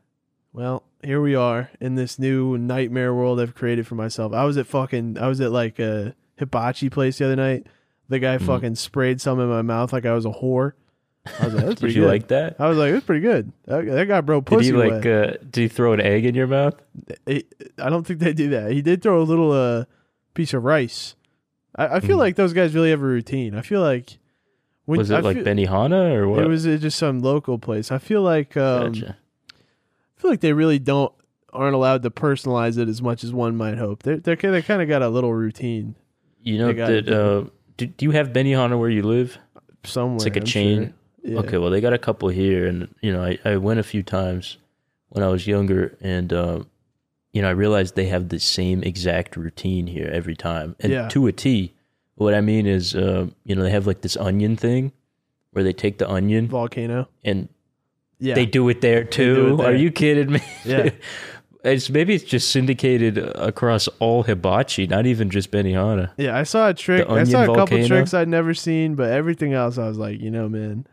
Speaker 2: Well, here we are in this new nightmare world I've created for myself. I was at fucking I was at like a hibachi place the other night. The guy
Speaker 1: Mm-hmm.
Speaker 2: fucking sprayed some in my mouth like I was a whore. I was like, that's
Speaker 1: Did
Speaker 2: pretty
Speaker 1: you
Speaker 2: good.
Speaker 1: like that?
Speaker 2: I was like, that's pretty good. That, that guy bro
Speaker 1: Did
Speaker 2: pussy
Speaker 1: you like?
Speaker 2: away.
Speaker 1: Uh, do you throw an egg in your mouth?
Speaker 2: It- I don't think they do that. He did throw a little uh, piece of rice. I, I feel like those guys really have a routine. I feel like
Speaker 1: Hmm.
Speaker 2: when
Speaker 1: Was it
Speaker 2: I
Speaker 1: like
Speaker 2: feel-
Speaker 1: Benihana or what?
Speaker 2: it was uh, just some local place. I feel like um,
Speaker 1: Gotcha.
Speaker 2: I feel like they really don't aren't allowed to personalize it as much as one might hope. They they they kind of got a little routine
Speaker 1: You know
Speaker 2: I got it,
Speaker 1: that. Uh, do, do you have Benihana where you live?
Speaker 2: somewhere.
Speaker 1: It's like a
Speaker 2: I'm
Speaker 1: chain.
Speaker 2: sure. Yeah.
Speaker 1: Okay, well, they got a couple here, and you know, I, I went a few times when I was younger, and um, you know, I realized they have the same exact routine here every time, and
Speaker 2: Yeah.
Speaker 1: to a T. What I mean is, um, you know, they have like this onion thing where they take the onion
Speaker 2: volcano.
Speaker 1: and
Speaker 2: Yeah,
Speaker 1: they do it there too.
Speaker 2: it there.
Speaker 1: Are you kidding me?
Speaker 2: Yeah.
Speaker 1: it's maybe it's just syndicated across all hibachi, not even just Benihana.
Speaker 2: yeah. I saw a trick.
Speaker 1: The
Speaker 2: I saw a
Speaker 1: onion
Speaker 2: couple
Speaker 1: volcano?
Speaker 2: tricks I'd never seen, but everything else I was like, you know, man.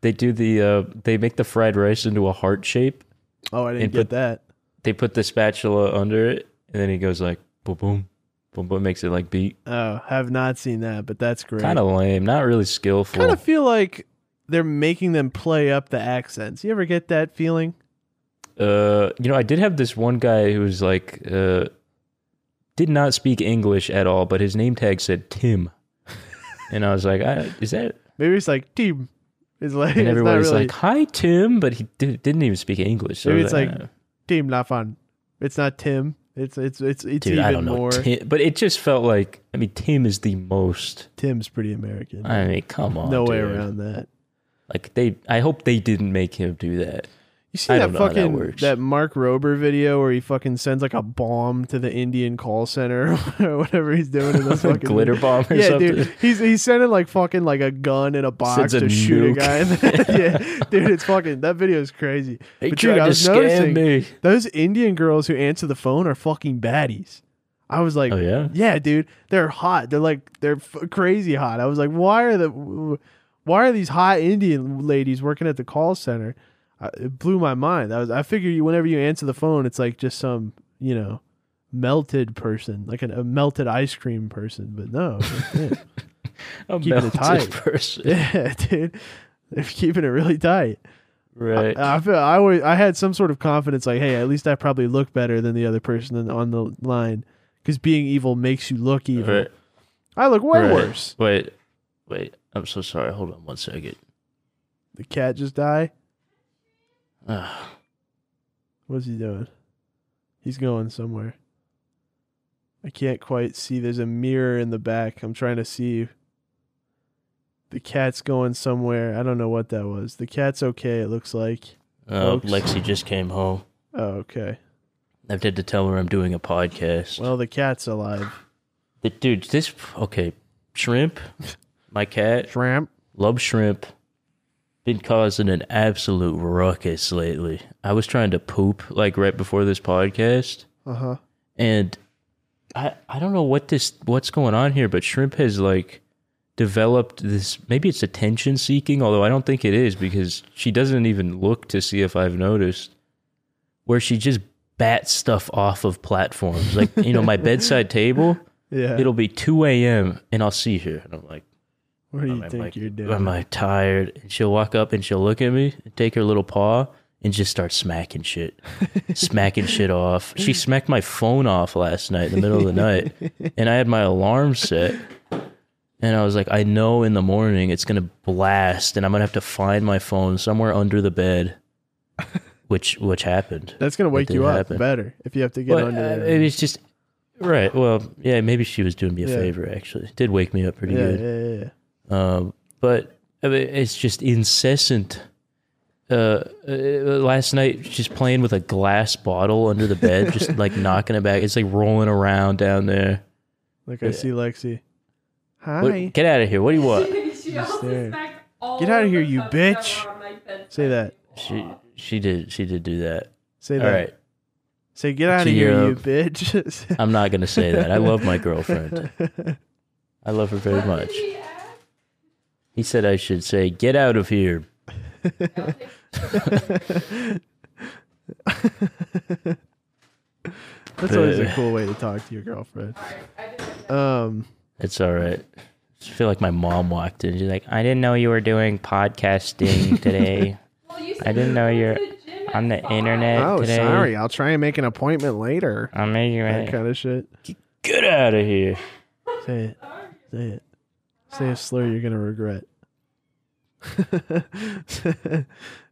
Speaker 1: They do the uh, they make the fried rice into a heart shape.
Speaker 2: Oh, I didn't
Speaker 1: And
Speaker 2: get
Speaker 1: put-
Speaker 2: that.
Speaker 1: they put the spatula under it, and then he goes like boom, boom, boom, boom, makes it like beat.
Speaker 2: Oh, have not seen that, but that's great.
Speaker 1: Kind of lame, not really skillful.
Speaker 2: kind of feel like they're making them play up the accents. You ever get that feeling?
Speaker 1: Uh, you know, I did have this one guy who was like, uh, did not speak English at all, but his name tag said Tim, and I was like, I, is that
Speaker 2: Maybe it's like team. It's like
Speaker 1: And
Speaker 2: it's not
Speaker 1: everybody's
Speaker 2: really
Speaker 1: like, "Hi, Tim," but he did, didn't even speak English. So
Speaker 2: Maybe it's
Speaker 1: I
Speaker 2: like
Speaker 1: don't know.
Speaker 2: team not fun. It's not Tim. It's it's it's it's
Speaker 1: dude,
Speaker 2: even
Speaker 1: I don't know.
Speaker 2: more.
Speaker 1: Tim, but it just felt like, I mean, Tim is the most.
Speaker 2: Tim's pretty American.
Speaker 1: I mean, come on,
Speaker 2: no way
Speaker 1: dude.
Speaker 2: around that.
Speaker 1: Like they, I hope they didn't make him do that.
Speaker 2: You see
Speaker 1: I
Speaker 2: that
Speaker 1: don't know how that
Speaker 2: fucking that,
Speaker 1: works.
Speaker 2: Mark Rober video where he fucking sends like a bomb to the Indian call center or whatever he's doing in this fucking
Speaker 1: Glitter bomb or
Speaker 2: Yeah,
Speaker 1: something.
Speaker 2: dude, he's he's sending like fucking like a gun in a box
Speaker 1: Sends a
Speaker 2: to shoot
Speaker 1: nuke.
Speaker 2: a guy. And then, yeah, dude, it's fucking that video is crazy.
Speaker 1: They
Speaker 2: But dude,
Speaker 1: tried
Speaker 2: I
Speaker 1: to
Speaker 2: was
Speaker 1: scam
Speaker 2: noticing-
Speaker 1: me.
Speaker 2: Those Indian girls who answer the phone are fucking baddies. I was like,
Speaker 1: Oh yeah,
Speaker 2: Yeah, dude, they're hot. They're like they're f- crazy hot. I was like, why are the why are these hot Indian ladies working at the call center? I, it blew my mind. I was I figure you whenever you answer the phone, it's like just some you know melted person, like an, a melted ice cream person. But no, yeah,
Speaker 1: a
Speaker 2: keeping it
Speaker 1: melted
Speaker 2: tight.
Speaker 1: person.
Speaker 2: yeah dude. They're keeping it really tight.
Speaker 1: Right.
Speaker 2: I, I feel I always, I had some sort of confidence, like, hey, at least I probably look better than the other person on- on the line, because being evil makes you look evil.
Speaker 1: right.
Speaker 2: I look way
Speaker 1: Right.
Speaker 2: worse.
Speaker 1: Wait, wait. I'm so sorry. Hold on one second.
Speaker 2: The cat just die.
Speaker 1: Ah,
Speaker 2: What's he doing? He's going somewhere. I can't quite see. There's a mirror in the back. I'm trying to see. The cat's going somewhere. I don't know what that was. The cat's okay, it looks like.
Speaker 1: uh,
Speaker 2: Folks.
Speaker 1: Lexi just came home.
Speaker 2: Oh, okay.
Speaker 1: I've had to tell her I'm doing a podcast.
Speaker 2: Well, the cat's alive.
Speaker 1: The- dude, this okay. Shrimp, my cat,
Speaker 2: Shrimp.
Speaker 1: love shrimp. Been causing an absolute ruckus lately. I was trying to poop like right before this podcast,
Speaker 2: Uh huh.
Speaker 1: and I I don't know what this what's going on here, but shrimp has like developed this. Maybe it's attention seeking, although I don't think it is because she doesn't even look to see if I've noticed. Where she just bats stuff off of platforms, like you know my bedside table.
Speaker 2: Yeah.
Speaker 1: It'll be 2 a.m. and I'll see her. And I'm like,
Speaker 2: what do you
Speaker 1: am I,
Speaker 2: think
Speaker 1: like,
Speaker 2: you're doing?
Speaker 1: am I tired? And she'll walk up and she'll look at me and take her little paw and just start smacking shit, smacking shit off. She smacked my phone off last night in the middle of the night. And I had my alarm set. And I was like, I know in the morning it's going to blast and I'm going to have to find my phone somewhere under the bed, which which happened.
Speaker 2: That's gonna wake
Speaker 1: did
Speaker 2: you up
Speaker 1: happen.
Speaker 2: better if you have to get
Speaker 1: But,
Speaker 2: under
Speaker 1: uh,
Speaker 2: there.
Speaker 1: it was just right. Well, yeah, maybe she was doing me a
Speaker 2: Yeah.
Speaker 1: favor. Actually, It did wake me up pretty
Speaker 2: yeah,
Speaker 1: good.
Speaker 2: yeah, yeah, yeah.
Speaker 1: Um, but I mean, it's just incessant. Uh, uh, last night, just playing with a glass bottle under the bed, just like knocking it back. It's like rolling around down there.
Speaker 2: Like I
Speaker 1: Yeah.
Speaker 2: see Lexi. Hi.
Speaker 1: What- get out of here! What do you want?
Speaker 5: she also
Speaker 2: there.
Speaker 5: smacked all
Speaker 2: Get outta
Speaker 5: of
Speaker 2: here,
Speaker 5: the
Speaker 2: you
Speaker 5: cups that
Speaker 2: bitch.
Speaker 5: were on my bedside
Speaker 2: Say that.
Speaker 1: She she did she did do that.
Speaker 2: Say
Speaker 1: All
Speaker 2: that.
Speaker 1: right,
Speaker 2: Say get out of
Speaker 1: Gee,
Speaker 2: here,
Speaker 1: uh,
Speaker 2: you bitch.
Speaker 1: I'm not gonna say that. I love my girlfriend. I love her very much. He said I should say, "Get out of here,
Speaker 2: That's always a cool way to talk to your girlfriend. Um,
Speaker 1: It's all right. I feel like my mom walked in. She's like, I didn't know you were doing podcasting today
Speaker 5: Well, you
Speaker 1: I didn't know you're on the internet
Speaker 2: oh,
Speaker 1: today.
Speaker 2: sorry. I'll try and make an appointment later.
Speaker 1: I'm making
Speaker 2: That
Speaker 1: it.
Speaker 2: kind of shit.
Speaker 1: Get out of here.
Speaker 2: Say it. Say it. Say a slur you're gonna regret.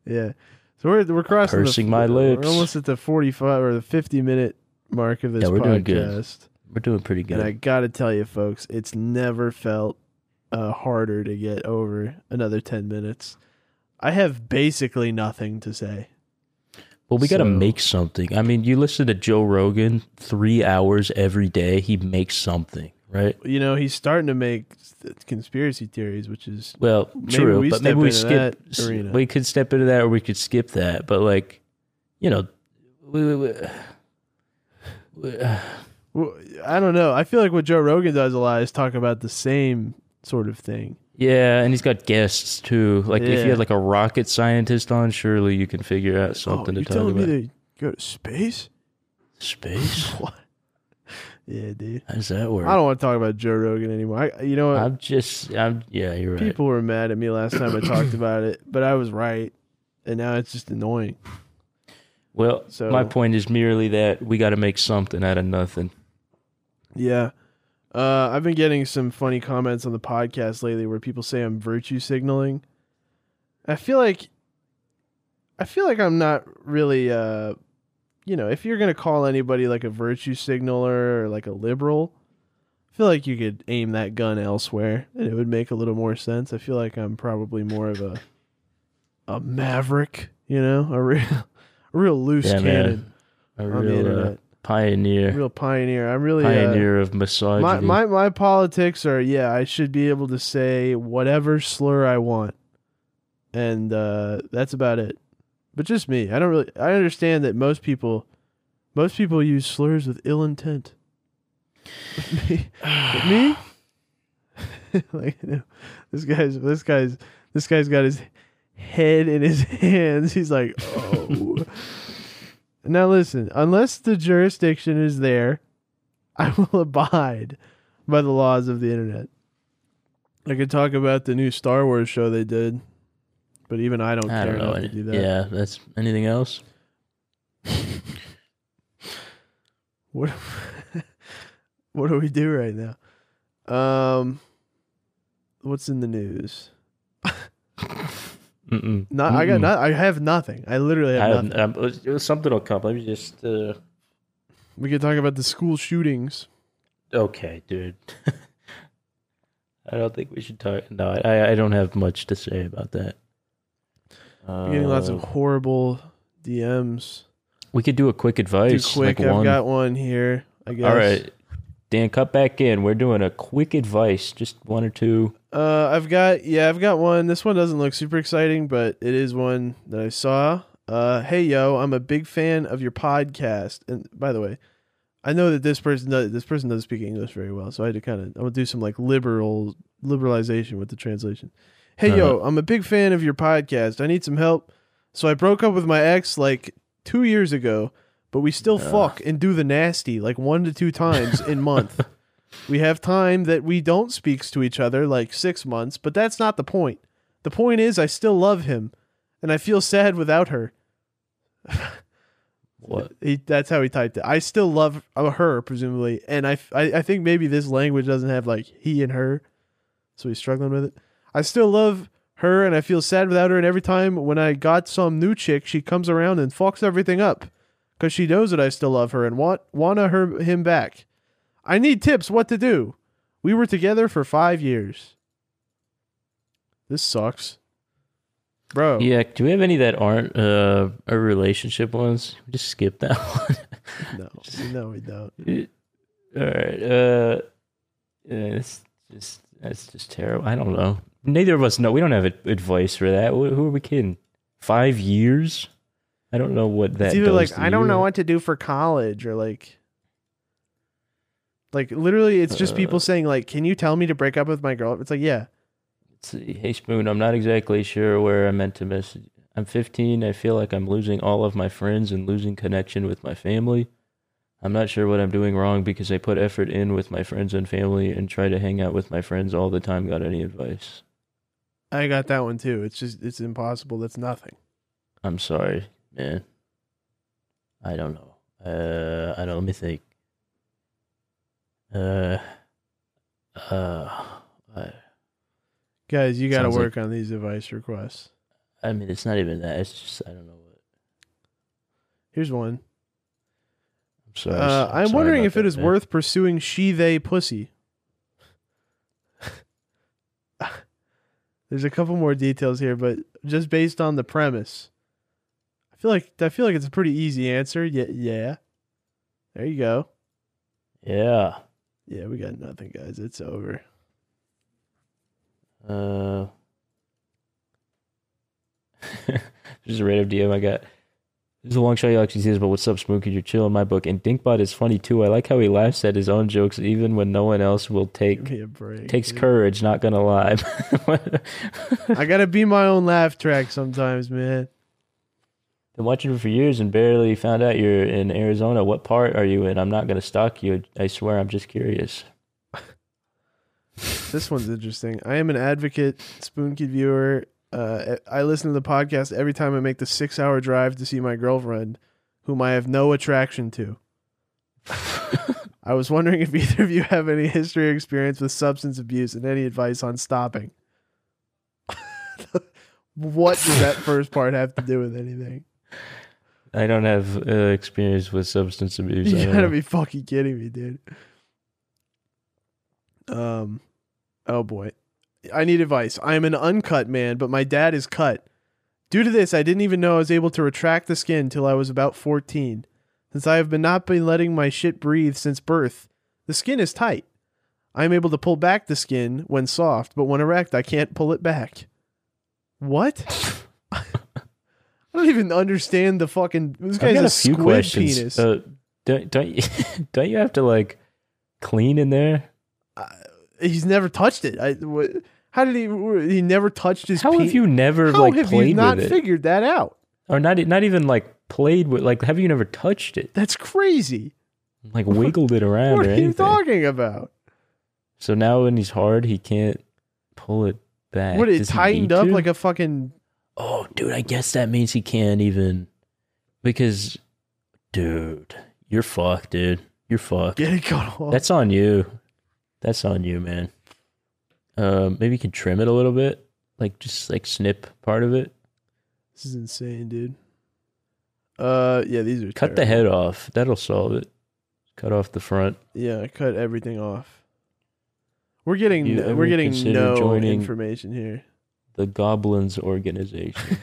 Speaker 2: yeah. So we're we're crossing
Speaker 1: Pursing
Speaker 2: the,
Speaker 1: my lips.
Speaker 2: We're almost at the 45 or the 50 minute mark of this
Speaker 1: Yeah, we're
Speaker 2: podcast.
Speaker 1: doing good. We're doing pretty good.
Speaker 2: And I gotta tell you, folks, it's never felt uh, harder to get over another ten minutes. I have basically nothing to say.
Speaker 1: well, we got to
Speaker 2: so-
Speaker 1: make something. I mean, you listen to Joe Rogan three hours every day. He makes something, right?
Speaker 2: You know, he's starting to make th- conspiracy theories, which is
Speaker 1: Well,
Speaker 2: Maybe
Speaker 1: true,
Speaker 2: we
Speaker 1: but
Speaker 2: step
Speaker 1: maybe we
Speaker 2: into
Speaker 1: skip.
Speaker 2: that arena.
Speaker 1: We could step into that, or we could skip that. But like, you know, we, we, we,
Speaker 2: well, I don't know. I feel like what Joe Rogan does a lot is talk about the same sort of thing.
Speaker 1: Yeah, and he's got guests too. Like if
Speaker 2: Yeah.
Speaker 1: you had like a rocket scientist on, surely you can figure out something
Speaker 2: oh,
Speaker 1: to
Speaker 2: you
Speaker 1: talk
Speaker 2: telling
Speaker 1: about.
Speaker 2: me they go to space?
Speaker 1: Space?
Speaker 2: What? Yeah, dude.
Speaker 1: How does that work?
Speaker 2: I don't want to talk about Joe Rogan anymore. I, you know what?
Speaker 1: I'm just, I'm yeah, you're right.
Speaker 2: People were mad at me last time I talked about it, but I was right, and now it's just annoying.
Speaker 1: Well,
Speaker 2: So-
Speaker 1: my point is merely that we got to make something out of nothing.
Speaker 2: Yeah. Uh, I've been getting some funny comments on the podcast lately where people say I'm virtue signaling. I feel like I feel like I'm not really uh you know, if you're going to call anybody like a virtue signaler or like a liberal, I feel like you could aim that gun elsewhere and it would make a little more sense. I feel like I'm probably more of a a maverick, you know, a real a real loose
Speaker 1: Yeah, man.
Speaker 2: cannon
Speaker 1: A
Speaker 2: on the
Speaker 1: real uh,
Speaker 2: internet.
Speaker 1: pioneer,
Speaker 2: Real pioneer. I'm really uh,
Speaker 1: pioneer of misogyny.
Speaker 2: my, my my politics are yeah i should be able to say whatever slur i want and uh that's about it but just me i don't really i understand that most people most people use slurs with ill intent But me, but me? like you know, this guy's this guy's this guy's got his head in his hands he's like oh now listen unless the jurisdiction is there I will abide by the laws of the internet. I could talk about the new Star Wars show they did, but even I don't
Speaker 1: I
Speaker 2: care
Speaker 1: don't know.
Speaker 2: enough to
Speaker 1: any-
Speaker 2: do that.
Speaker 1: Yeah, that's anything else.
Speaker 2: What What do we do right now? Um what's in the news?
Speaker 1: Mm-mm.
Speaker 2: Not I got
Speaker 1: Mm-mm.
Speaker 2: not I have nothing. I literally
Speaker 1: I
Speaker 2: have
Speaker 1: have,
Speaker 2: nothing.
Speaker 1: I'm- it was- something will come. Let me just. Uh,
Speaker 2: We could talk about the school shootings.
Speaker 1: okay, dude. I don't think we should talk. No, I, I don't have much to say about that.
Speaker 2: We're getting lots of
Speaker 1: Uh,
Speaker 2: horrible DMs.
Speaker 1: We could do a quick
Speaker 2: Too
Speaker 1: advice.
Speaker 2: quick.
Speaker 1: like
Speaker 2: I've
Speaker 1: one.
Speaker 2: got one here. I guess.
Speaker 1: All right, Dan, cut back in. We're doing a quick advice, just one or two.
Speaker 2: Uh, I've got yeah, I've got one. This one doesn't look super exciting, but it is one that I saw. Uh, hey yo, I'm a big fan of your podcast. And by the way, I know that this person does, this person doesn't speak English very well, so I had to kind of I'm gonna do some like liberal liberalization with the translation. Hey yo, I'm a big fan of your podcast. I need some help. So I broke up with my ex like two years ago, but we still fuck and do the nasty like one to two times in month. We have time that we don't speaks to each other like six months, but that's not the point. The point is I still love him, and I feel sad without her.
Speaker 1: What?
Speaker 2: He, that's how he typed it. I still love uh, her, presumably, and I, f- I- I think maybe this language doesn't have like he and her, so he's struggling with it. I still love her, and I feel sad without her. And every time when I got some new chick, she comes around and fucks everything up, cause she knows that I still love her and want wanna her him back. I need tips what to do. We were together for five years. This sucks, bro.
Speaker 1: Yeah. Do we have any that aren't uh, our relationship ones? Just skip that one.
Speaker 2: No, no, we don't.
Speaker 1: All right. Uh, yeah, that's just that's just terrible. I don't know. Neither of us know. We don't have ad- advice for that. Wh- Who are we kidding? Five years? I don't know what that.
Speaker 2: it's either
Speaker 1: does
Speaker 2: like
Speaker 1: to
Speaker 2: I don't
Speaker 1: you.
Speaker 2: know what to do for college or like like literally it's just people
Speaker 1: Uh.
Speaker 2: saying like can you tell me to break up with my girl it's like yeah
Speaker 1: Let's see. Hey Spoon, I'm not exactly sure where I'm meant to message. I'm 15. I feel like I'm losing all of my friends and losing connection with my family. I'm not sure what I'm doing wrong because I put effort in with my friends and family and try to hang out with my friends all the time. Got any advice?
Speaker 2: I got that one too it's just it's impossible that's nothing
Speaker 1: I'm sorry, man. I don't know. Uh, I don't. Let me think. Uh, uh, I,
Speaker 2: guys you got to
Speaker 1: Sounds like-
Speaker 2: work on these advice requests
Speaker 1: I mean, it's not even that. It's just I don't know. What,
Speaker 2: here's one
Speaker 1: I'm sorry.
Speaker 2: uh, I'm
Speaker 1: sorry
Speaker 2: wondering
Speaker 1: about
Speaker 2: if it
Speaker 1: that,
Speaker 2: is
Speaker 1: man.
Speaker 2: worth pursuing she they pussy there's a couple more details here but just based on the premise I feel like I feel like it's a pretty easy answer yeah yeah there you go
Speaker 1: Yeah.
Speaker 2: Yeah, we got nothing, guys. It's over.
Speaker 1: Uh, just a random DM I got. This is a long shot you actually see this, but what's up, Smokey? You're chill in my book. And Dinkbot is funny too. I like how he laughs at his own jokes even when no one else will
Speaker 2: Give
Speaker 1: take.
Speaker 2: me a break.
Speaker 1: Takes
Speaker 2: dude.
Speaker 1: courage, not gonna lie.
Speaker 2: I gotta be my own laugh track sometimes, man.
Speaker 1: Been watching you for years and barely found out you're in Arizona. What part are you in? I'm not gonna stalk you. I swear, I'm just curious.
Speaker 2: This one's interesting. I am an advocate, spoon kid viewer. Uh, I I listen to the podcast every time I make the six hour drive to see my girlfriend, whom I have no attraction to. I was wondering if either of you have any history or experience with substance abuse and any advice on stopping. what does that first part have to do with anything?
Speaker 1: I don't have uh, experience with substance abuse. I
Speaker 2: You
Speaker 1: don't
Speaker 2: gotta
Speaker 1: know.
Speaker 2: be fucking kidding me, dude. Um, oh boy, I need advice. I am an uncut man, but my dad is cut. Due to this, I didn't even know I was able to retract the skin till I was about fourteen. Since I have been not been letting my shit breathe since birth, the skin is tight. I am able to pull back the skin when soft, but when erect, I can't pull it back. What? I don't even understand the fucking. This
Speaker 1: I've
Speaker 2: guy's
Speaker 1: got
Speaker 2: a,
Speaker 1: a few
Speaker 2: squid
Speaker 1: questions.
Speaker 2: penis.
Speaker 1: Uh, don't don't you, don't you have to like clean in there?
Speaker 2: he's never touched it. I what, how did he? wh- He never touched his.
Speaker 1: How
Speaker 2: pe-
Speaker 1: have you never
Speaker 2: How
Speaker 1: like
Speaker 2: have
Speaker 1: played
Speaker 2: you not
Speaker 1: with it,
Speaker 2: figured that out?
Speaker 1: or not not even like played with? Like, have you never touched it?
Speaker 2: That's crazy.
Speaker 1: Like wiggled it around
Speaker 2: what
Speaker 1: or
Speaker 2: are
Speaker 1: anything?
Speaker 2: you talking about?
Speaker 1: So now when he's hard, he can't pull it back.
Speaker 2: What it
Speaker 1: Does he
Speaker 2: tightened
Speaker 1: need
Speaker 2: up
Speaker 1: to?
Speaker 2: like a fucking.
Speaker 1: Oh, dude, I guess that means he can't even because, dude, you're fucked, dude. You're fucked.
Speaker 2: Get it cut off.
Speaker 1: That's on you. That's on you, man. Um, maybe you can trim it a little bit, like just like snip part of it.
Speaker 2: this is insane, dude. Uh, yeah, these are
Speaker 1: Cut the
Speaker 2: terrible.
Speaker 1: head off. That'll solve it. Cut off the front.
Speaker 2: Yeah, cut everything off. We're getting
Speaker 1: You
Speaker 2: no,
Speaker 1: ever
Speaker 2: we're getting
Speaker 1: consider
Speaker 2: no
Speaker 1: joining-
Speaker 2: information here.
Speaker 1: The Goblins Organization.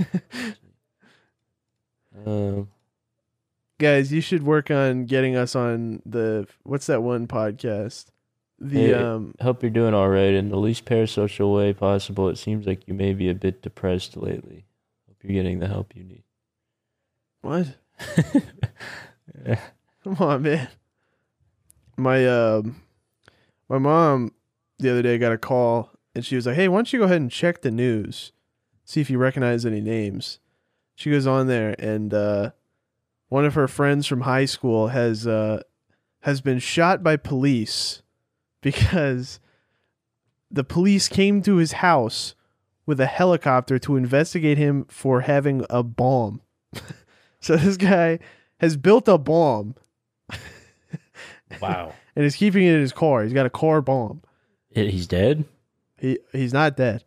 Speaker 1: um,
Speaker 2: Guys, you should work on getting us on the what's that one podcast? The
Speaker 1: Hey,
Speaker 2: um
Speaker 1: hope you're doing all right in the least parasocial way possible. It seems like you may be a bit depressed lately. Hope you're getting the help you need.
Speaker 2: what? Come on, man. My um, my mom the other day got a call and she was like, "Hey, why don't you go ahead and check the news, see if you recognize any names." She goes on there and uh, one of her friends from high school has uh, has been shot by police because the police came to his house with a helicopter to investigate him for having a bomb. so this guy has built a bomb
Speaker 1: wow.
Speaker 2: and is keeping it in his car. He's got a car bomb.
Speaker 1: He's dead?
Speaker 2: He he's not dead.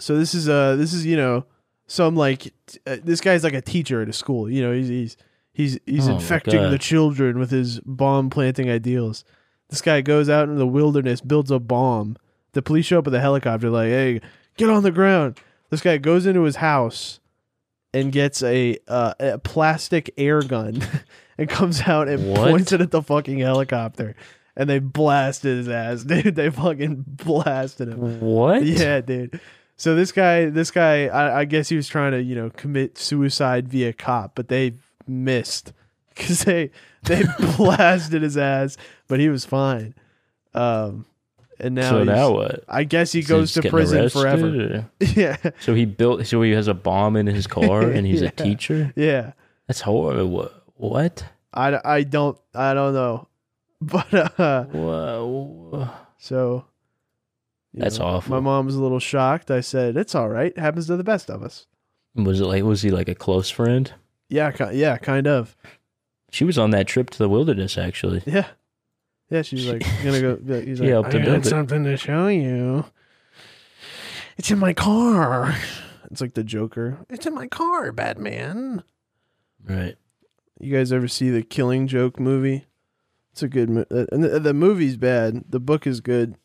Speaker 2: So this is uh this is you know some like t- uh, this guy's like a teacher at a school. You know he's he's he's he's
Speaker 1: Oh my
Speaker 2: infecting
Speaker 1: God.
Speaker 2: the children with his bomb planting ideals. This guy goes out into the wilderness, builds a bomb. The police show up with a helicopter, like, "Hey, get on the ground." This guy goes into his house and gets a uh, a plastic air gun and comes out and
Speaker 1: What?
Speaker 2: points it at the fucking helicopter. And they blasted his ass, dude. They fucking blasted him.
Speaker 1: What?
Speaker 2: Yeah, dude. So this guy, this guy, I, I guess he was trying to, you know, commit suicide via cop, but they missed because they they blasted his ass, but he was fine. Um, and now,
Speaker 1: so
Speaker 2: he's-
Speaker 1: now what?
Speaker 2: I guess he
Speaker 1: So
Speaker 2: goes
Speaker 1: he's
Speaker 2: to
Speaker 1: getting
Speaker 2: prison
Speaker 1: arrested,
Speaker 2: forever.
Speaker 1: or-
Speaker 2: yeah,
Speaker 1: So he built. So he has a bomb in his car, and he's
Speaker 2: Yeah.
Speaker 1: a teacher.
Speaker 2: yeah.
Speaker 1: That's horrible. Wha- What?
Speaker 2: I, I don't I don't know, but uh,
Speaker 1: Whoa.
Speaker 2: So you
Speaker 1: That's awful.
Speaker 2: My mom was a little shocked. I said, "It's all right. Happens to the best of us."
Speaker 1: Was it like? Was he like a close friend?
Speaker 2: Yeah, ki- yeah, kind of.
Speaker 1: She was on that trip to the wilderness, actually.
Speaker 2: Yeah, yeah. She's like gonna go. yeah, He's
Speaker 1: She
Speaker 2: like,
Speaker 1: helped
Speaker 2: "I
Speaker 1: him
Speaker 2: got
Speaker 1: build it."
Speaker 2: something to show you. It's in my car. It's like the Joker. It's in my car, Batman.
Speaker 1: Right.
Speaker 2: You guys ever see the Killing Joke movie? It's a good movie. And the, the movie's bad. The book is good.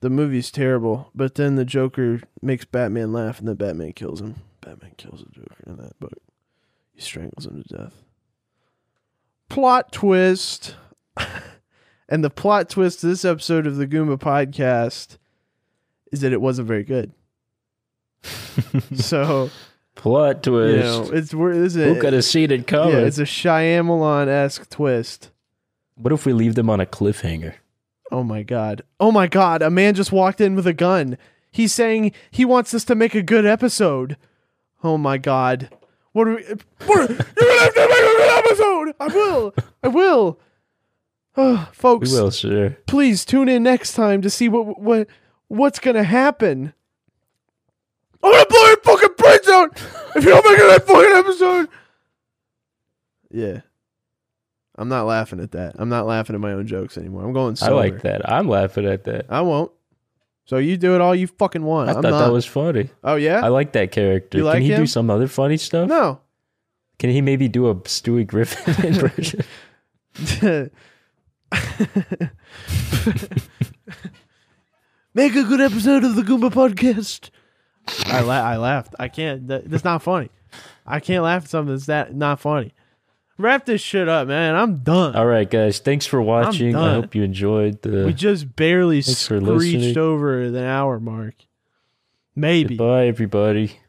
Speaker 2: The movie's terrible. But then the Joker makes Batman laugh, and then Batman kills him. Batman kills the Joker in that book. He strangles him to death. Plot twist. and the plot twist to this episode of the Goomba podcast is that it wasn't very good. So,
Speaker 1: Plot
Speaker 2: you
Speaker 1: twist.
Speaker 2: know, it's we're, this is a,
Speaker 1: Who could have seen it coming?
Speaker 2: yeah, it's a Shyamalan esque twist.
Speaker 1: what if we leave them on a cliffhanger?
Speaker 2: Oh my god. Oh my god, a man just walked in with a gun. He's saying he wants us to make a good episode. Oh my god. What are we what are- You're gonna have to make a good episode! I will! I will! Ugh,
Speaker 1: We
Speaker 2: folks,
Speaker 1: will, sir.
Speaker 2: please tune in next time to see what what what's gonna happen. I'm gonna blow your fucking brains out if you don't make a good fucking episode. Yeah, I'm not laughing at that. I'm not laughing at my own jokes anymore. I'm going
Speaker 1: I
Speaker 2: sober. Uh,
Speaker 1: like that. I'm laughing at that.
Speaker 2: I won't. So you do it all you fucking want.
Speaker 1: I
Speaker 2: am
Speaker 1: thought
Speaker 2: not.
Speaker 1: that was funny.
Speaker 2: oh yeah.
Speaker 1: I like that character.
Speaker 2: You like
Speaker 1: Can he
Speaker 2: him?
Speaker 1: do some other funny stuff?
Speaker 2: no.
Speaker 1: Can he maybe do a Stewie Griffin impression?
Speaker 2: Make a good episode of the Goomba podcast.
Speaker 3: I la- I laughed. I can't. That, that's not funny. I can't laugh at something that's that not funny. Wrap this shit up, man. I'm done.
Speaker 1: All right, guys. Thanks for watching. I
Speaker 3: done.
Speaker 1: hope you enjoyed
Speaker 3: We
Speaker 1: the.
Speaker 3: just barely
Speaker 1: Thanks for
Speaker 3: screeched
Speaker 1: listening.
Speaker 3: over the hour mark. Maybe.
Speaker 1: Goodbye, everybody.